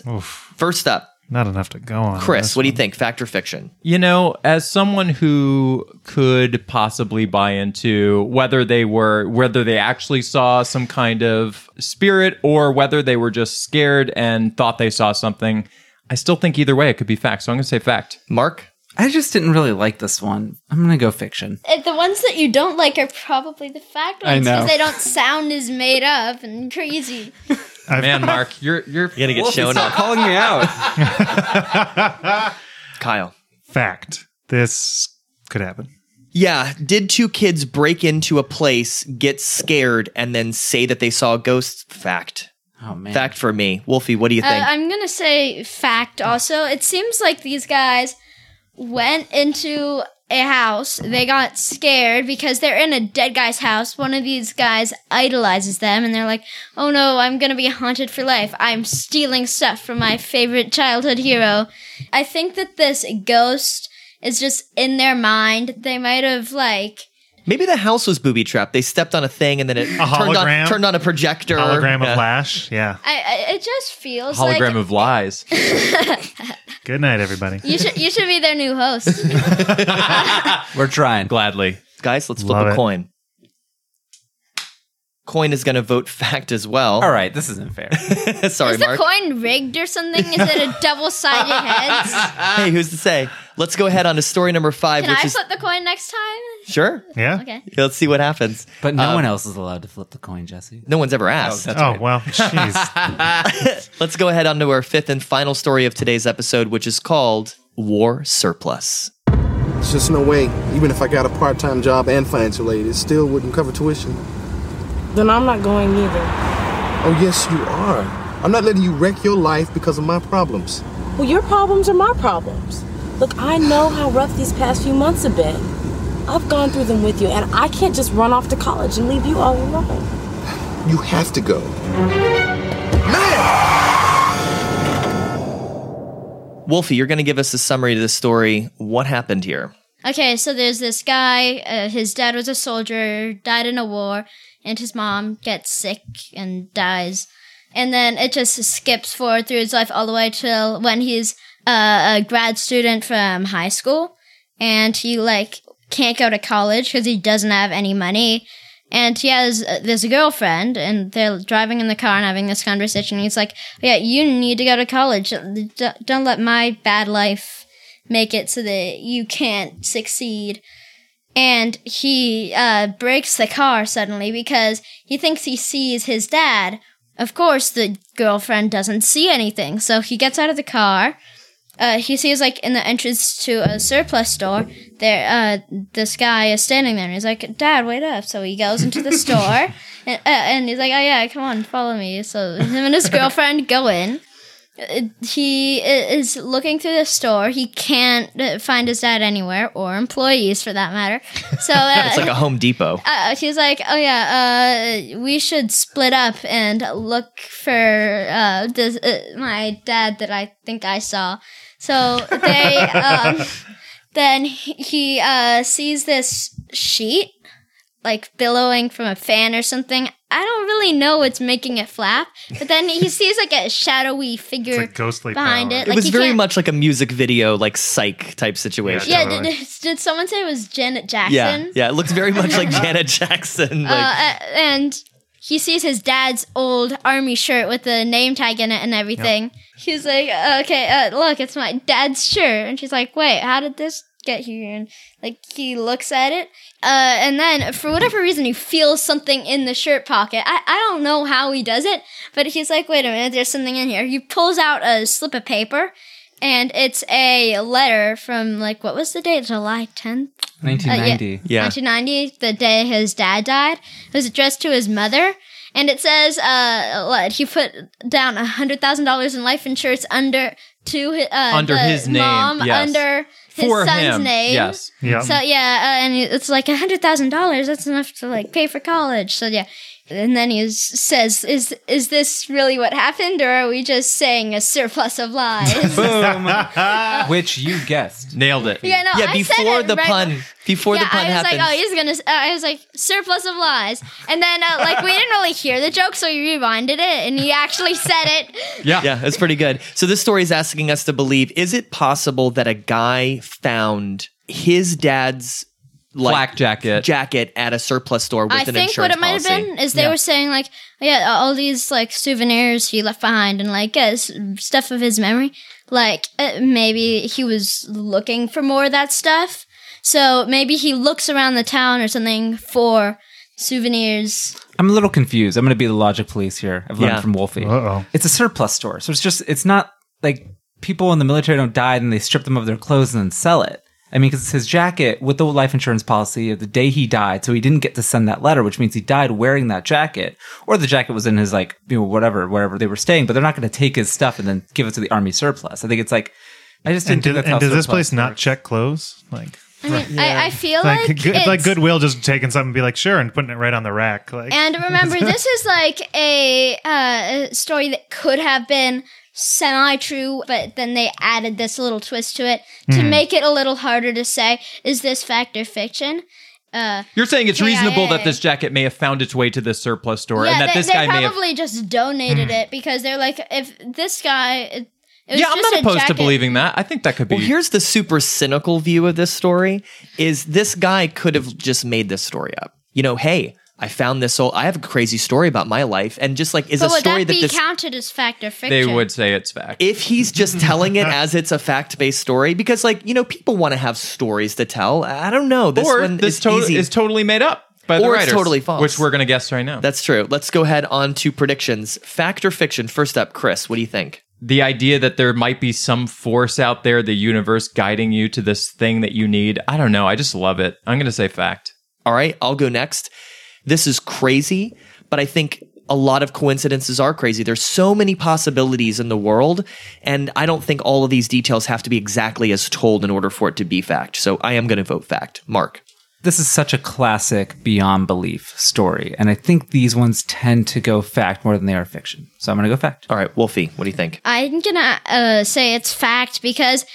S1: First up,
S4: Not enough to go on.
S1: Chris, what do you think? Fact or fiction?
S3: You know, as someone who could possibly buy into whether they were whether they actually saw some kind of spirit or whether they were just scared and thought they saw something, I still think either way it could be fact. So I'm going to say fact.
S1: Mark,
S6: I just didn't really like this one. I'm going to go fiction.
S5: uh, the ones that you don't like are probably the fact
S6: I
S5: ones
S6: know.
S5: because they don't sound as made up and crazy.
S3: Man, Mark, you're you're,
S1: gonna get
S6: Wolfie,
S1: shown
S6: stop
S1: up.
S6: calling me out.
S1: Kyle.
S4: Fact. This could happen.
S1: Yeah, did two kids break into a place, get scared, and then say that they saw a ghost? Fact.
S6: Oh man.
S1: Fact for me. Wolfie, what do you
S5: Uh,
S1: think?
S5: I'm gonna say fact. Also, it seems like these guys went into a house. They got scared because they're in a dead guy's house. One of these guys idolizes them, and they're like, "Oh no, I'm gonna be haunted for life. I'm stealing stuff from my favorite childhood hero." I think that this ghost is just in their mind. They might have like
S1: Maybe the house was booby trapped. They stepped on a thing and then it turned, on,
S4: hologram?
S1: turned on a projector.
S4: Hologram of
S1: Yeah.
S4: Lash. Yeah.
S5: I, I it just feels
S3: hologram
S5: like
S3: of lies.
S4: Good night, everybody.
S5: you should you should be their new host.
S6: We're trying.
S3: Gladly.
S1: Guys, let's flip
S4: Love
S1: a
S4: it.
S1: coin. Coin is going to vote fact as well.
S6: All right, this isn't fair.
S1: Sorry,
S5: Is the
S1: Mark.
S5: coin rigged or something? Is it a double sided heads?
S1: hey, who's to say? Let's go ahead on to story number five,
S5: Can
S1: which
S5: I
S1: is
S5: flip the coin next time?
S1: sure.
S4: Yeah.
S5: Okay.
S1: Let's see what happens.
S6: But no one else is allowed to flip the coin, Jesse.
S1: No one's ever asked.
S6: that's
S4: Oh well. Jeez.
S1: Let's go ahead on to our fifth and final story of today's episode, which is called War Surplus.
S12: It's just no way. Even if I got a part-time job and financial aid, it still wouldn't cover tuition.
S13: Then I'm not going either.
S12: Oh yes, you are. I'm not letting you wreck your life because of my problems.
S13: Well, your problems are my problems. Look, I know how rough these past few months have been. I've gone through them with you, and I can't just run off to college and leave you all alone.
S12: You have to go.
S1: Wolfie, you're going to give us a summary to the story. What happened here?
S5: Okay, so there's this guy. Uh, his dad was a soldier, died in a war, and his mom gets sick and dies. And then it just skips forward through his life all the way till when he's uh, a grad student from high school, and he like can't go to college because he doesn't have any money. And he has uh, this girlfriend, and they're driving in the car and having this conversation. he's like, "Yeah, you need to go to college. Don't don't let my bad life make it so that you can't succeed. And he uh, breaks the car suddenly because he thinks he sees his dad. Of course, the girlfriend doesn't see anything, so he gets out of the car. Uh, he sees like in the entrance to a surplus store there uh, this guy is standing there and he's like dad wait up so he goes into the store and, uh, and he's like oh yeah come on follow me so him and his girlfriend go in Uh, He i- is looking through the store. He can't uh, find his dad anywhere, or employees for that matter. So uh,
S1: it's like a Home Depot.
S5: Uh, she's like, oh yeah, uh, we should split up and look for uh, this, uh, my dad that I think I saw. So they um, then he uh, sees this sheet like billowing from a fan or something. I don't really know what's making it flap, but then he sees like a shadowy figure
S1: ghostly
S5: behind it.
S1: it
S5: Like
S1: was
S5: he
S1: very
S5: can't-
S1: much like a music video, like psych type situation.
S5: Yeah, did, did someone say it was Janet Jackson?
S1: yeah, yeah. It looks very much like Janet Jackson. Like,
S5: uh, a- and he sees his dad's old army shirt with the name tag in it and everything. He's like, "Okay, uh, look, it's my dad's shirt." And she's like, "Wait, how did this get here?" And like he looks at it, uh, and then for whatever reason, he feels something in the shirt pocket. I I don't know how he does it, but he's like, "Wait a minute, there's something in here." He pulls out a slip of paper. And it's a letter from like what was the date? July tenth. Uh,
S6: 1990. Yeah.
S5: 1990, the day his dad died. It was addressed to his mother. And it says, uh, what, he put down $100,000 in life insurance under to hi- uh,
S3: Under
S5: the
S3: his name,
S5: mom,
S3: yes.
S5: under his
S3: For
S5: son's
S3: him,
S5: name.
S3: yes. Yeah.
S4: Um.
S5: So, yeah, uh, and it's like $100,000. That's enough to, like, pay for college. So, yeah. And then he s- says, is, is this really what happened, or are we just saying a surplus of lies? uh,
S6: Boom. Which you guessed.
S3: Nailed it.
S5: Yeah, no, I said
S1: before
S5: it
S1: the
S5: right-
S1: pun. Before
S5: yeah,
S1: the pun
S5: I was
S1: happens.
S5: like, oh, he's gonna. s- Uh, I was like, surplus of lies, and then uh, like we didn't really hear the joke, so we rewinded it, and he actually said it.
S1: Yeah. Yeah, it's pretty good. So this story is asking us to believe is it possible that a guy found his dad's like, black
S3: jacket
S1: jacket at a surplus store with
S5: I
S1: an
S5: think what
S1: insurance
S5: it might have
S1: policy?
S5: been is they were saying like, yeah, all these like souvenirs he left behind and like uh, s- stuff of his memory. Like uh, maybe he was looking for more of that stuff, so maybe he looks around the town or something for souvenirs.
S6: I'm a little confused. I'm going to be the logic police here. I've learned
S3: Yeah.
S6: from Wolfie. Uh-oh. It's a surplus store. So it's just, it's not like people in the military don't die and they strip them of their clothes and then sell it. I mean, because it's his jacket with the life insurance policy of the day he died. So he didn't get to send that letter, which means he died wearing that jacket or the jacket was in his like, you know, whatever, wherever they were staying, but they're not going to take his stuff and then give it to the army surplus. I think it's like, I just
S4: And,
S6: didn't
S4: do,
S6: think that's how
S4: and does this
S6: surplus
S4: place not check clothes? Like,
S5: I mean, I, I feel
S4: like,
S5: like,
S4: good- it's like
S5: it's-
S4: Goodwill just taking something and be like, sure, and putting it right on the rack. Like,
S5: And remember, this is like a uh, a story that could have been semi true, but then they added this little twist to it to
S3: Mhm.
S5: make it a little harder to say is this fact or fiction? Uh,
S3: You're saying it's
S5: Yeah,
S3: reasonable
S5: yeah,
S3: that
S5: yeah.
S3: this jacket may have found its way to this surplus store
S5: yeah,
S3: and that
S5: they,
S3: this
S5: they
S3: guy may have. Hmm.
S5: probably just donated it because they're like, if this guy, it, it was
S3: Yeah,
S5: just
S3: I'm not
S5: a
S3: opposed to
S5: jacket.
S3: believing that. I think that could be.
S1: Well, here's the super cynical view of this story is this guy could have just made this story up. You know, hey, I found this old I have a crazy story about my life and just like is a
S5: but would
S1: story that,
S5: that be
S1: this
S5: counted as fact or fiction?
S1: They would
S3: say it's fact.
S1: If he's just telling it as it's a fact-based story because like, you know, people want to have stories to tell. I don't know. This
S3: or
S1: one
S3: this
S1: is
S3: to-
S1: easy.
S3: is totally made up by the
S1: Or it's
S3: writers,
S1: totally false.
S3: which we're going to guess right now.
S1: That's true. Let's go ahead on to predictions. Fact or fiction? First up, Chris, what do you think?
S3: the idea that there might be some force out there, the universe guiding you to this thing that you need. I don't know. I just love it. I'm going to say fact.
S1: All right, I'll go next. This is crazy, but I think a lot of coincidences are crazy. There's so many possibilities in the world, and I don't think all of these details have to be exactly as told in order for it to be fact. So I am going to vote fact. Mark.
S6: this is such a classic beyond belief story. And I think these ones tend to go fact more than they are fiction. So I'm going to go fact.
S1: All right, Wolfie, what do you think?
S5: I'm gonna uh, say it's fact because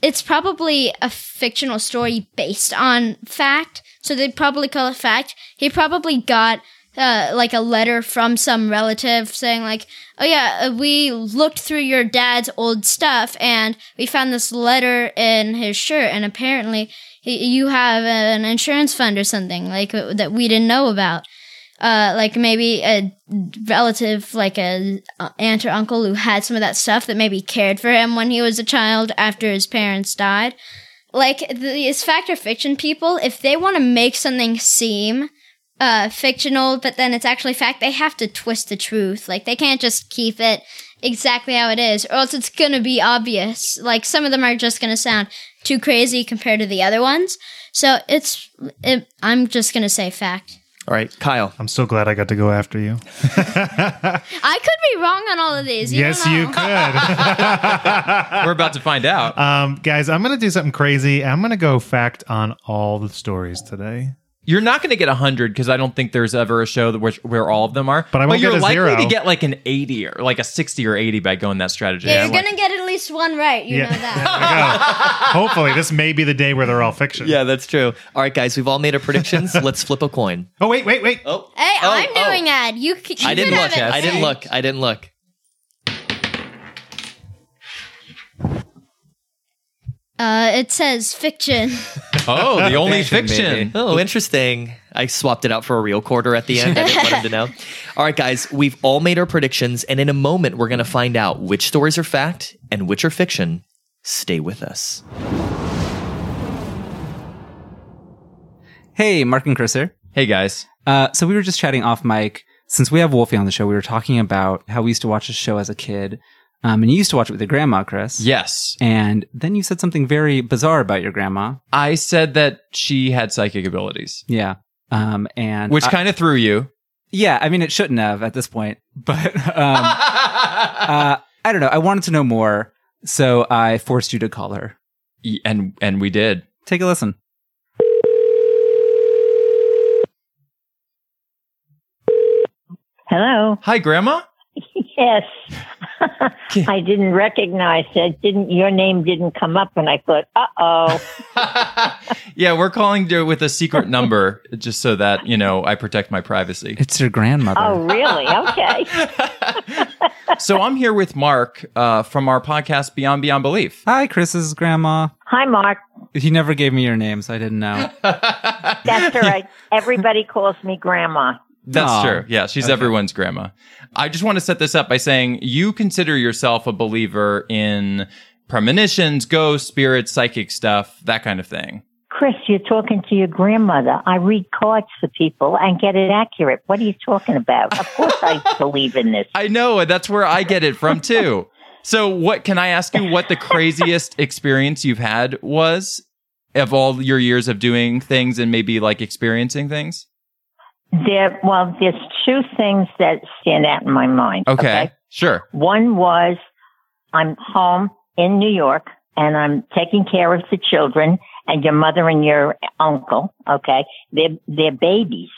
S5: it's probably a fictional story based on fact, so they probably call it fact. He probably got uh, like a letter from some relative saying like, "Oh yeah, uh, we looked through your dad's old stuff and we found this letter in his shirt, and apparently he, you have an insurance fund or something like uh, that we didn't know about." uh, like maybe uh, a relative, like a aunt or uncle who had some of that stuff that maybe cared for him when he was a child after his parents died. Like these fact or fiction people, if they want to make something seem uh, fictional, but then it's actually fact, they have to twist the truth. Like they can't just keep it exactly how it is, or else it's gonna be obvious. Like some of them are just gonna sound too crazy compared to the other ones. So it's, it, I'm just gonna say fact.
S1: All right, Kyle.
S4: I'm so glad I got to go after you.
S5: I could be wrong on all of these. You
S4: yes,
S5: don't know.
S4: you could.
S3: We're about to find out.
S4: Um, guys, I'm going to do something crazy. I'm going to go fact on all the stories today.
S3: You're not going to get 100 because I don't think there's ever a show that where, where all of them are.
S4: But I won't
S3: you're
S4: get a
S3: likely
S4: zero.
S3: to get like an 80 or like a 60 or 80 by going that strategy.
S5: Yeah, you're gonna get at least one right. You
S4: Yeah.
S5: know that.
S4: Hopefully, this may be the day where they're all fiction.
S1: Yeah, that's true. All right, guys, we've all made our predictions. Let's flip a coin.
S4: Oh wait, wait, wait.
S1: Oh,
S5: Hey, I'm doing ad. You, c- you
S1: I didn't
S5: could
S1: look.
S5: Have it
S1: I didn't
S5: right.
S1: look. I didn't look.
S5: Uh, it says fiction.
S3: Oh, the only fiction.
S1: Oh, interesting. I swapped it out for a real quarter at the end. I didn't want him to know. All right, guys, we've all made our predictions, and in a moment, we're going to find out which stories are fact and which are fiction. Stay with us.
S6: Hey, Mark and Chris here.
S3: Hey, guys.
S6: Uh, so we were just chatting off mic. Since we have Wolfie on the show, we were talking about how we used to watch a show as a kid. Um, and you used to watch it with your grandma, Chris.
S3: Yes.
S6: And then you said something very bizarre about your grandma.
S3: I said that she had psychic abilities,
S6: Yeah. Um, and
S3: which
S6: I-
S3: kind of threw you.
S6: Yeah, I mean, it shouldn't have at this point, but um, uh, I don't know. I wanted to know more, so I forced you to call her,
S3: and and we did.
S6: Take a listen.
S14: Hello.
S3: Hi, Grandma.
S14: Yes. I didn't recognize it. Didn't your name didn't come up, and I thought, uh oh.
S3: Yeah, we're calling her with a secret number just so that, you know, I protect my privacy.
S6: It's your grandmother.
S14: oh, really? Okay.
S3: so I'm here with Mark uh, from our podcast Beyond Beyond Belief.
S6: Hi, Chris's grandma.
S14: Hi, Mark.
S6: He never gave me your name, so I didn't know.
S14: That's all right. Everybody calls me Grandma.
S3: That's
S6: Aw.
S3: true. Yeah, she's everyone's grandma. I just want to set this up by saying you consider yourself a believer in premonitions, ghosts, spirits, psychic stuff, that kind of thing.
S14: Chris, you're talking to your grandmother. I read cards for people and get it accurate. What are you talking about? Of course I believe in this.
S3: I know, and that's where I get it from too. so, what can I ask you what the craziest experience you've had was of all your years of doing things and maybe like experiencing things?
S14: There, well, there's two things that stand out in my mind.
S3: okay. Sure.
S14: One was I'm home in New York and I'm taking care of the children and your mother and your uncle. Okay. They're, they're babies.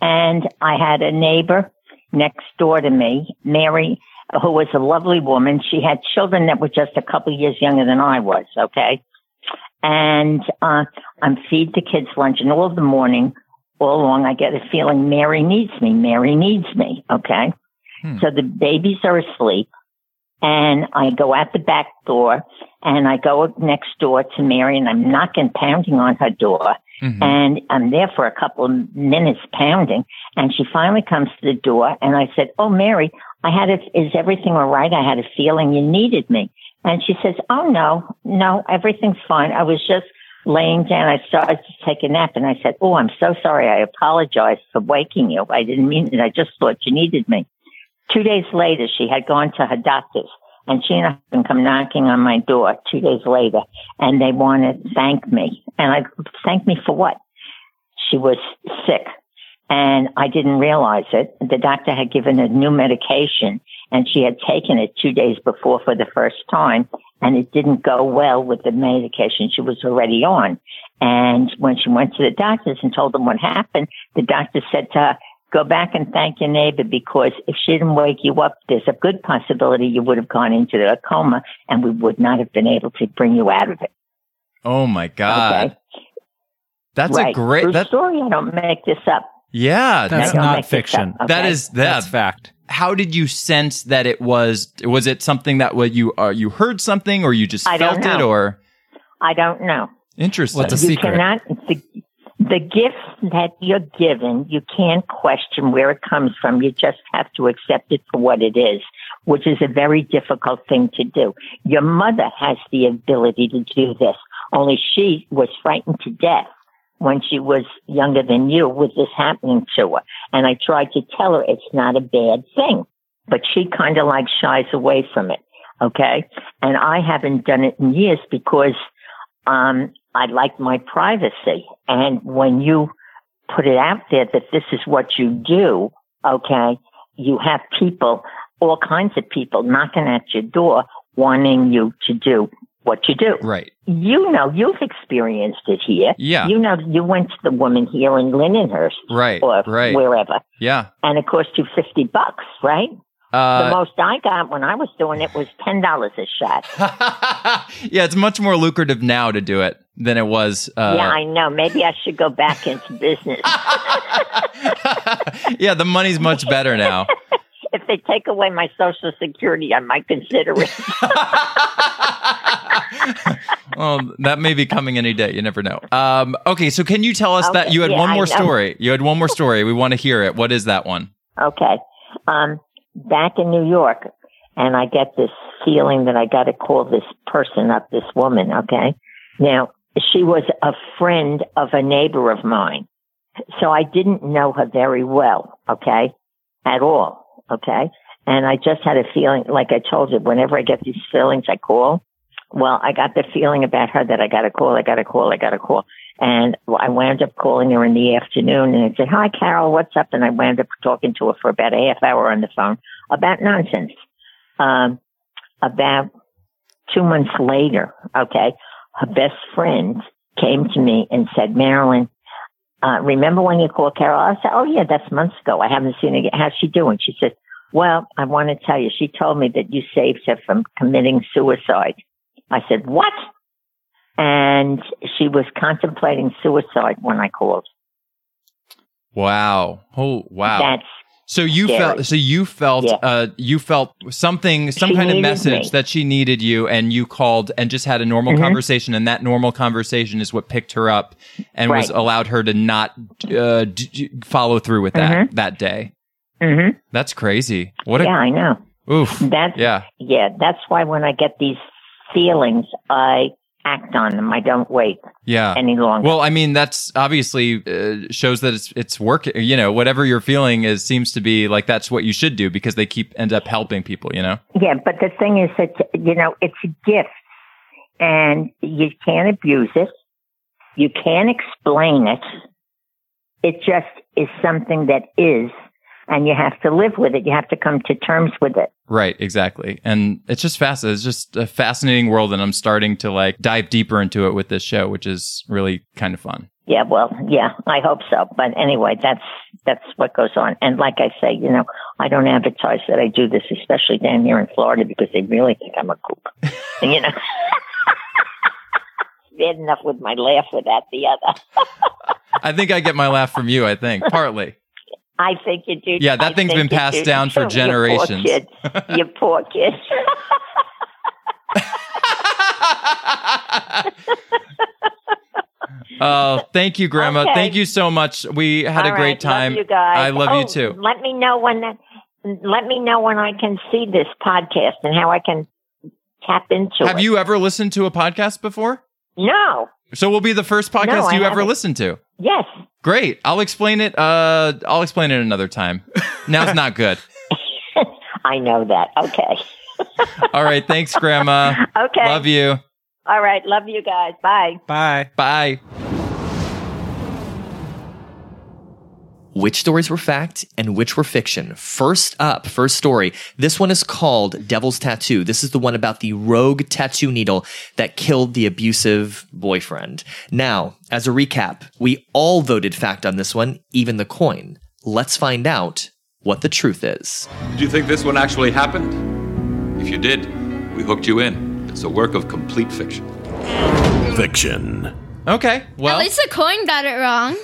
S14: And I had a neighbor next door to me, Mary, who was a lovely woman. She had children that were just a couple years younger than I was. Okay. And, uh, I'm feed the kids lunch and all the morning, all along, I get a feeling Mary needs me. Mary needs me. Okay. So the babies are asleep and I go out the back door and I go next door to Mary and I'm knocking, pounding on her door.
S1: Mm-hmm.
S6: Mm-hmm.
S5: Oh,
S14: And I'm there for a couple of minutes pounding and she finally comes to the door and I said, Oh, Mary, I had a, is everything all right? I had a feeling you needed me. And she says, Oh, no, no, everything's fine. I was just laying down. I started to take a nap and I said, Oh, I'm so sorry. I apologize for waking you. I didn't mean it. I just thought you needed me. Two days later, she had gone to her doctor's and she and her husband come knocking on my door two days later and they want to thank me. And I thank me for what? She was sick and I didn't realize it. The doctor had given her new medication and she had taken it two days before for the first time and it didn't go well with the medication she was already on. And when she went to the doctors and told them what happened, the doctor said to her, go back and thank your neighbor because if she didn't wake you up, there's a good possibility you would have gone into a coma and we would not have been able to bring you out of it.
S3: Oh my god. That's a
S14: Right. True
S3: great that
S14: story. I don't make this up.
S3: yeah,
S14: That's No, don't not make this fiction. up,
S3: That
S14: okay?
S3: is that.
S14: That's
S3: fact. How did you sense that it was was it something that what you uh, you heard something or you just
S14: I don't
S3: felt it
S14: know.
S3: or
S14: I don't know.
S3: interesting.
S14: you cannot the, the gifts that you're given, you can't question where it comes from. You just have to accept it for what it is, which is a very difficult thing to do. Your mother has the ability to do this, only she was frightened to death when she was younger than you with this happening to her. And I tried to tell her it's not a bad thing, but she kind of like shies away from it. Okay. And I haven't done it in years because, um, I like my privacy. And when you put it out there that this is what you do, okay, you have people, all kinds of people knocking at your door wanting you to do what you do.
S3: Right.
S14: You know, you've experienced it here.
S3: Yeah.
S14: You know, you went to the woman here in Lindenhurst
S3: Right.
S14: or
S3: right.
S14: wherever,
S3: Yeah.
S14: and it cost you 50 bucks, right?
S3: Uh,
S14: the most I got when I was doing it was $10 a shot.
S3: yeah, it's much more lucrative now to do it than it was. Uh, Ah!
S14: yeah, I know. Maybe I should go back into business.
S3: yeah, the money's much better now.
S14: if they take away my social security, I might consider it.
S3: Well, that may be coming any day. You never know. Um, okay, so can you tell us that
S14: Okay,
S3: you had
S14: yeah,
S3: one
S14: I
S3: more
S14: know.
S3: story? You had one more story. We want to hear it. What is that one?
S14: Okay. Um, back in New York, and I get this feeling that I got to call this person up, this woman, okay? Now, she was a friend of a neighbor of mine. So I didn't know her very well, okay? At all, okay? And I just had a feeling, like I told you, whenever I get these feelings, I call. Well, I got the feeling about her that I got to call, I got to call, I got to call. And I wound up calling her in the afternoon and I said, Hi, Carol, what's up? And I wound up talking to her for about a half hour on the phone about nonsense. Um, about two months later, okay, her best friend came to me and said, Marilyn, uh, remember when you called Carol? I said, Oh, yeah, that's months ago. I haven't seen her yet. How's she doing? She said, Well, I want to tell you, she told me that you saved her from committing suicide. I said, What? And she was contemplating suicide when I called.
S3: Wow. Oh, wow.
S14: That's
S3: so you
S14: scary.
S3: felt. So you felt. Uh, you felt something, some
S14: She
S3: kind of
S14: needed
S3: message
S14: me.
S3: that she needed you, and you called and just had a normal
S14: Mhm.
S3: conversation, and that normal conversation is what picked her up and was
S14: Right.
S3: allowed her to not uh, d- d- follow through with that that day.
S14: Mm-hmm.
S3: That's crazy. What?
S14: Yeah,
S3: I
S14: I know.
S3: Oof.
S14: That's
S3: yeah.
S14: yeah. That's why when I get these feelings, I act on them. I don't wait.
S3: Yeah.
S14: any longer.
S3: Well, I mean, that's obviously uh, shows that it's it's working. You know, whatever you're feeling is seems to be like that's what you should do because they keep end up helping people. You know.
S14: Yeah, but the thing is that you know it's a gift, and you can't abuse it. You can't explain it. It just is something that is, and you have to live with it. You have to come to terms with it.
S3: Right, exactly. And it's just fast it's just a fascinating world and I'm starting to like dive deeper into it with this show, which is really kind of fun.
S14: Yeah, well, yeah, I hope so. But anyway, that's that's what goes on. And like I say, you know, I don't advertise that I do this, especially down here in Florida, because they really think I'm a kook. you know, bad enough with my laugh without the other.
S3: I think I get my laugh from you, I think. Partly.
S14: I think you do.
S3: Yeah, that
S14: I
S3: thing's
S14: think
S3: been
S14: you
S3: passed
S14: do.
S3: down for
S14: You poor
S3: generations.
S14: kid. You poor kid.
S3: Uh, thank you, Grandma.
S14: Okay.
S3: Thank you so much. We had
S14: All
S3: a great
S14: right, love
S3: time.
S14: you guys.
S3: I love
S14: Oh,
S3: you too.
S14: Let me know when that. Let me know when I can see this podcast and how I can tap into
S3: Have
S14: it.
S3: you ever listened to a podcast before?
S14: No.
S3: So we'll be the first podcast
S14: I
S3: you ever
S14: haven't.
S3: listened to.
S14: Yes.
S3: Great. I'll explain it. Uh, I'll explain it another time. Now's not good.
S14: I know that. Okay.
S3: All right. Thanks, Grandma.
S14: Okay.
S3: Love you.
S14: All right. Love you guys. Bye.
S6: Bye.
S3: Bye.
S1: Which stories were fact and which were fiction? First up, first story. This one is called Devil's Tattoo. This is the one about the rogue tattoo needle that killed the abusive boyfriend. Now, as a recap, we all voted fact on this one, even the coin. Let's find out what the truth is.
S15: Did you think this one actually happened? If you did, we hooked you in. It's a work of complete fiction.
S2: Fiction.
S3: Okay. Well,
S5: At least the coin got it wrong.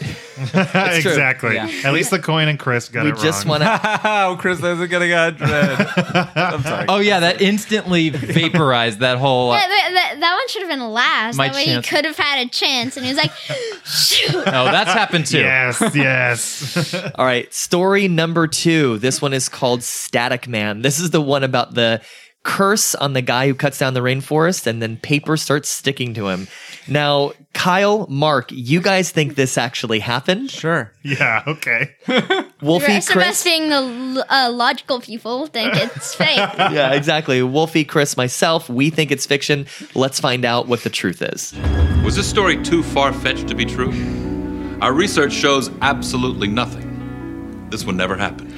S3: true.
S4: exactly.
S3: Yeah.
S4: At least the coin and Chris got
S3: We
S4: it
S3: just
S4: wrong.
S3: wanna-
S6: Oh, Chris isn't gonna get I'm sorry.
S3: oh yeah, that instantly vaporized that whole.
S5: Yeah, that, that, that one should have been last.
S3: My
S5: that way
S3: chance.
S5: he could have had a chance. And he was like, shoot.
S3: Oh, that's happened too.
S4: Yes, yes.
S1: All right, story number two. This one is called Static Man. This is the one about the curse on the guy who cuts down the rainforest and then paper starts sticking to him. Now, Kyle, Mark, you guys think this actually happened?
S6: Sure.
S4: yeah, okay.
S5: The
S1: Wolfie,
S5: rest of us
S1: Chris.
S5: being the l- uh, logical people think it's fake.
S1: Yeah, exactly. Wolfie, Chris, myself, we think it's fiction. Let's find out what the truth is.
S15: Was this story too far fetched to be true? Our research shows absolutely nothing. This one never happened.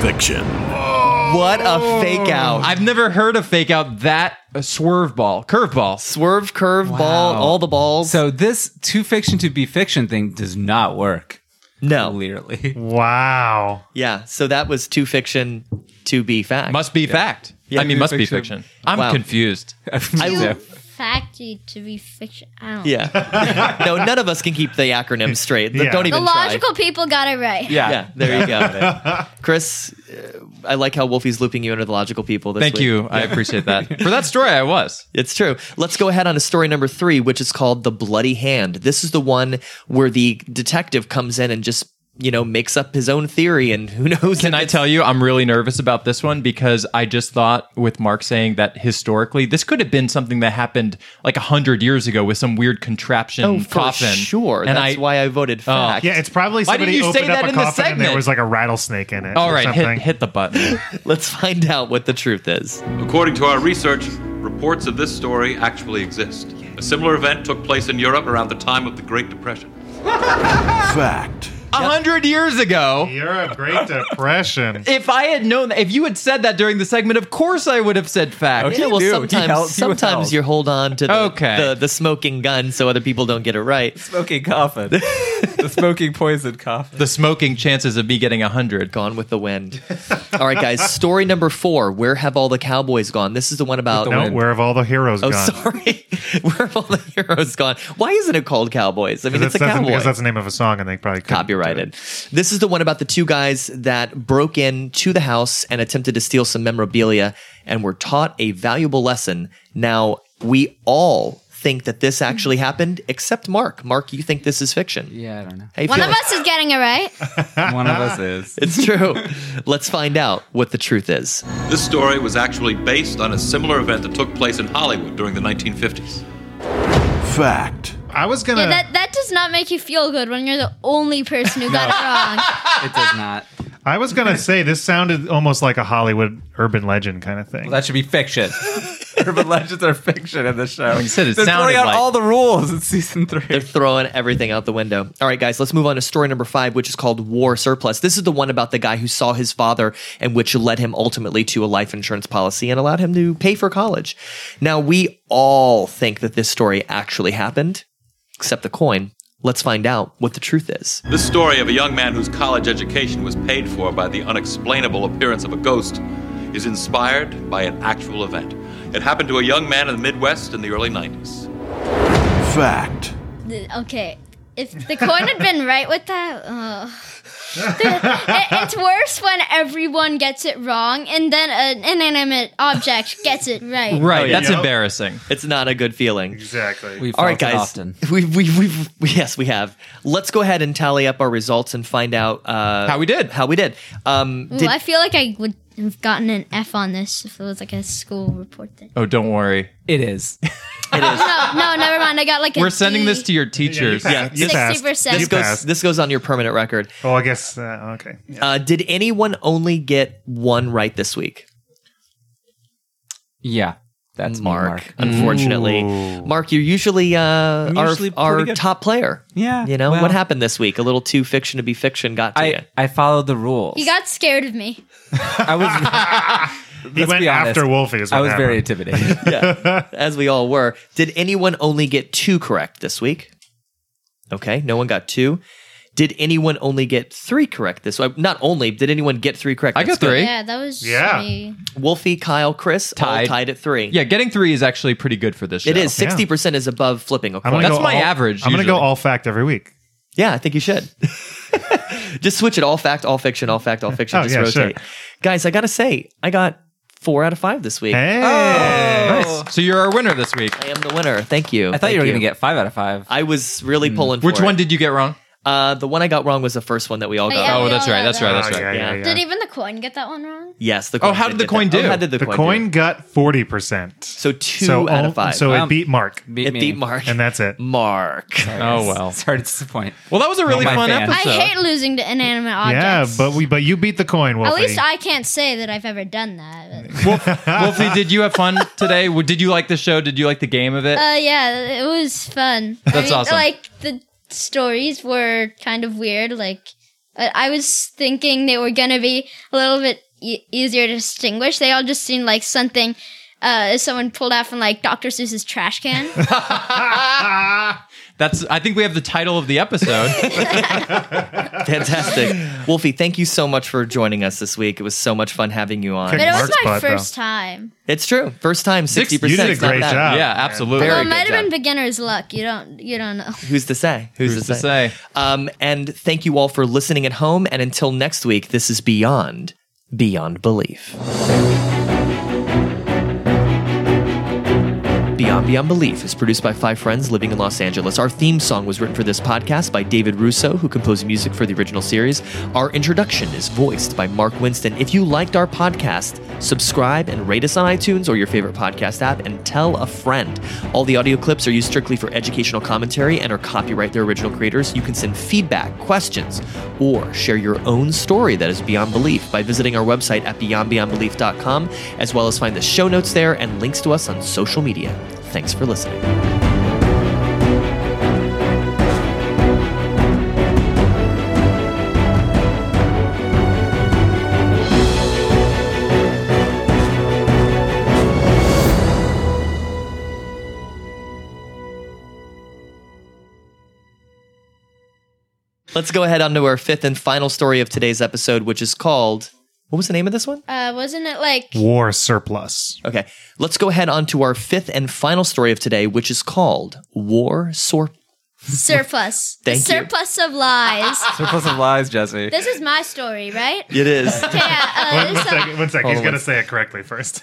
S2: Fiction.
S1: What
S3: Oh.
S1: a fake out.
S3: I've never heard a fake out that a swerve ball, curve ball.
S1: Swerve, curve ball, all the balls.
S6: So this to fiction to be fiction thing does not work.
S1: No.
S6: Clearly.
S4: Wow.
S1: Yeah. So that was to fiction to be fact.
S3: Must be fact. I mean, must be fiction. I'm
S1: Wow.
S3: confused.
S1: I,
S5: Fact you to be fiction. I don't
S1: yeah. no, none of us can keep the acronym straight. Don't even
S5: the
S1: try.
S5: logical people got it right.
S1: Yeah. there you go. Chris, uh, I like how Wolfie's looping you into the logical people this
S3: Thank
S1: week.
S3: you. I appreciate that. For that story, I was.
S1: It's true. Let's go ahead on to story number three, which is called The Bloody Hand. This is the one where the detective comes in and just, you know, makes up his own theory and who knows.
S3: Can I tell you, I'm really nervous about this one because I just thought, with Mark saying that historically, this could have been something that happened like 100 years ago with some weird contraption
S1: Oh, for
S3: coffin.
S1: sure.
S3: And
S1: That's
S3: I, Oh.
S1: why I voted fact.
S4: Yeah, it's probably
S3: Why didn't
S4: somebody
S3: you say
S4: opened up
S3: that
S4: a
S3: in the
S4: coffin and there
S3: segment?
S4: was like a rattlesnake in it.
S3: All
S4: or
S3: right, hit,
S4: something.
S3: hit the button.
S1: Let's find out what the truth is.
S15: According to our research, reports of this story actually exist. A similar event took place in Europe around the time of the Great Depression.
S2: Fact.
S3: A hundred years ago.
S4: Europe, Great Depression.
S3: If I had known that, if you had said that during the segment, of course I would have said
S4: Oh,
S3: fact.
S1: yeah, well, sometimes, sometimes you hold on to the,
S3: Okay.
S1: the, the smoking gun so other people don't get it right.
S6: Smoking coffin. the smoking poison coffin.
S3: the smoking chances of me getting a hundred
S1: gone with the wind. All right, guys. Story number four. Where have all the cowboys gone? This is the one about
S4: No, where have all the heroes
S1: Oh,
S4: gone?
S1: sorry. where have all the heroes gone? Why isn't it called Cowboys? I mean, it's
S4: Because
S1: a
S4: that's- that's-
S1: cowboy.
S4: Because that's the name of a song, and they probably couldn't do it.
S1: copyrighted. This is the one about the two guys that broke into the house and attempted to steal some memorabilia and were taught a valuable lesson. Now, we all think that this actually happened, except Mark. Mark, you think this is fiction.
S6: Yeah, I don't know.
S1: How you
S5: One of
S1: feeling?
S5: us is getting it right.
S6: One of us is.
S1: It's true. Let's find out what the truth is.
S15: This story was actually based on a similar event that took place in Hollywood during the 1950s.
S2: Fact.
S4: I was gonna.
S5: Yeah, that that does not make you feel good when you're the only person who got it wrong.
S6: It does not.
S4: I was gonna say this sounded almost like a Hollywood urban legend kind of thing.
S6: Well, that should be fiction. Urban legends are fiction in the show.
S3: Like you said, it
S6: They're throwing
S3: sounded
S6: out
S3: like-
S6: all the rules in season three.
S1: They're throwing everything out the window. All right, guys, let's move on to story number five, which is called War Surplus. This is the one about the guy who saw his father and which led him ultimately to a life insurance policy and allowed him to pay for college. Now, we all think that this story actually happened, except the coin. Let's find out what the truth is.
S15: This story of a young man whose college education was paid for by the unexplainable appearance of a ghost is inspired by an actual event. It happened to a young man in the Midwest in the early 90s.
S2: Fact.
S5: Th- Okay, if the coin had been right with that, uh, it, it's worse when everyone gets it wrong and then an inanimate object gets it right.
S3: Right,
S1: yeah.
S3: that's
S1: Yep.
S3: embarrassing.
S1: It's not a good feeling.
S4: Exactly.
S6: We've
S1: All right,
S6: felt it
S1: guys. We've, we've, we've, yes, we have. Let's go ahead and tally up our results and find out uh,
S3: How we did.
S1: How we did. Um,
S5: Ooh,
S1: did
S5: I feel like I would have gotten an F on this if it was like a school report thing.
S3: Oh, don't worry.
S6: It is.
S5: no, no, never mind. I got like a
S3: We're sending
S5: D.
S3: this to your teachers.
S1: yeah,
S4: You passed.
S5: 60%.
S4: You
S1: this goes,
S4: passed.
S1: this goes on your permanent record.
S4: Oh, I guess. Uh, okay.
S1: Uh, did anyone only get one right this week?
S6: Yeah. That's me,
S1: Mark,
S6: Mm, Mark.
S1: unfortunately, Mark, you're usually uh, our
S6: usually
S1: our
S6: pretty good.
S1: top player.
S6: Yeah,
S1: you know
S6: well-
S1: what happened this week? A little too fiction to be fiction got to you.
S6: I, I followed the rules.
S5: You got scared of me.
S6: I was.
S4: He
S6: Let's
S4: went
S6: be honest.
S4: after Wolfie. Is what
S6: I was very
S4: happened.
S6: intimidated.
S1: Yeah, as we all were. Did anyone only get two correct this week? Okay, no one got two. Did anyone only get three correct this? uh, Not only did anyone get three correct.
S3: I got
S1: that's good.
S3: three.
S5: Yeah, that was
S4: Yeah.
S5: me.
S1: Wolfie, Kyle, Chris all
S3: Tied.
S1: tied at three.
S3: Yeah, getting three is actually pretty good for this show.
S1: It is sixty percent is above flipping a
S4: I'm
S1: coin.
S4: gonna
S3: That's
S4: go
S3: my
S4: all-
S3: average,
S4: I'm gonna go
S3: usually.
S4: all fact every week.
S1: Yeah, I think you should. just switch it all fact, all fiction, all fact, all fiction.
S4: Oh,
S1: just
S4: yeah,
S1: rotate.
S4: sure.
S1: Guys, I got to say, I got four out of five this
S3: Oh!
S1: week.
S4: Hey.
S3: So you're our winner this week.
S1: I am the winner. Thank you.
S6: I thought you were going to get Hmm. five out of five.
S1: I was really pulling for
S3: Which
S1: it.
S3: one did you get wrong?
S1: Uh, the one I got wrong was the first one that we all got.
S5: Yeah,
S3: oh,
S5: we
S3: that's
S5: all
S3: right.
S5: got
S3: That's right.
S4: Oh,
S3: That's right.
S4: yeah, yeah, yeah.
S5: Did even the coin get that one wrong?
S1: Yes. The coin
S3: how did the
S1: get
S3: coin
S1: that.
S3: do?
S1: Oh, how did the,
S4: The
S1: coin,
S4: coin
S1: do?
S4: got forty percent.
S1: So two
S4: so
S1: out
S4: all-
S1: of five.
S4: So
S6: Wow.
S4: it beat Mark,
S6: Beat
S1: it
S6: me.
S1: beat Mark.
S4: and that's it.
S1: Mark.
S3: Oh well.
S6: Sorry to disappoint.
S3: Well, that was a really
S6: my
S3: fun
S6: fan.
S5: I
S3: episode.
S5: hate losing to inanimate
S4: Yeah,
S5: objects.
S4: but we but you beat the coin, Wolfie.
S5: At least I can't say that I've ever done that. but-
S3: Wolfie, did you have fun today? Did you like the show? Did you like the game of it?
S5: Uh, yeah, it Uh, was fun. I
S3: That's awesome.
S5: Like the stories were kind of weird. Like, I I was thinking they were gonna be a little bit e- easier to distinguish. They all just seemed like something uh, someone pulled out from like Dr. Seuss's trash can.
S3: That's. I think we have the title of the episode.
S1: Fantastic. Wolfie, thank you so much for joining us this week. It was so much fun having you on.
S5: but it was my first time.
S1: It's true. First time, 60%.
S3: you did a
S1: It's not
S3: great
S1: bad.
S3: job, Yeah, man. absolutely.
S5: well,
S1: Very
S5: it might
S1: good
S5: have
S1: job.
S5: been beginner's luck. You don't. You don't know.
S1: Who's to say? Who's, to, say? Um, and thank you all for listening at home. And until next week, this is Beyond, Beyond Belief. Beyond Beyond Belief is produced by five friends living in Los Angeles. Our theme song was written for this podcast by David Russo, who composed music for the original series. Our introduction is voiced by Mark Winston. If you liked our podcast, subscribe and rate us on iTunes or your favorite podcast app and tell a friend. All the audio clips are used strictly for educational commentary and are copyright their original creators. You can send feedback, questions, or share your own story that is beyond belief by visiting our website at beyondbeyondbelief.com, as well as find the show notes there and links to us on social media. Thanks for listening. Let's go ahead on to our fifth and final story of today's episode, which is called. What was the name of this one?
S5: Uh, wasn't it like
S1: War surplus. Okay. Let's go ahead on to our fifth and final story of today, which is called War Sor.
S5: surplus?
S1: Thank you.
S5: surplus of lies.
S6: Surplus of lies, Jesse.
S5: This is my story, right?
S1: It is.
S5: Okay, uh,
S4: One- one
S5: so-
S4: second, one second.
S6: Hold
S4: He's
S6: on,
S4: going to
S6: let's-
S4: say it correctly first.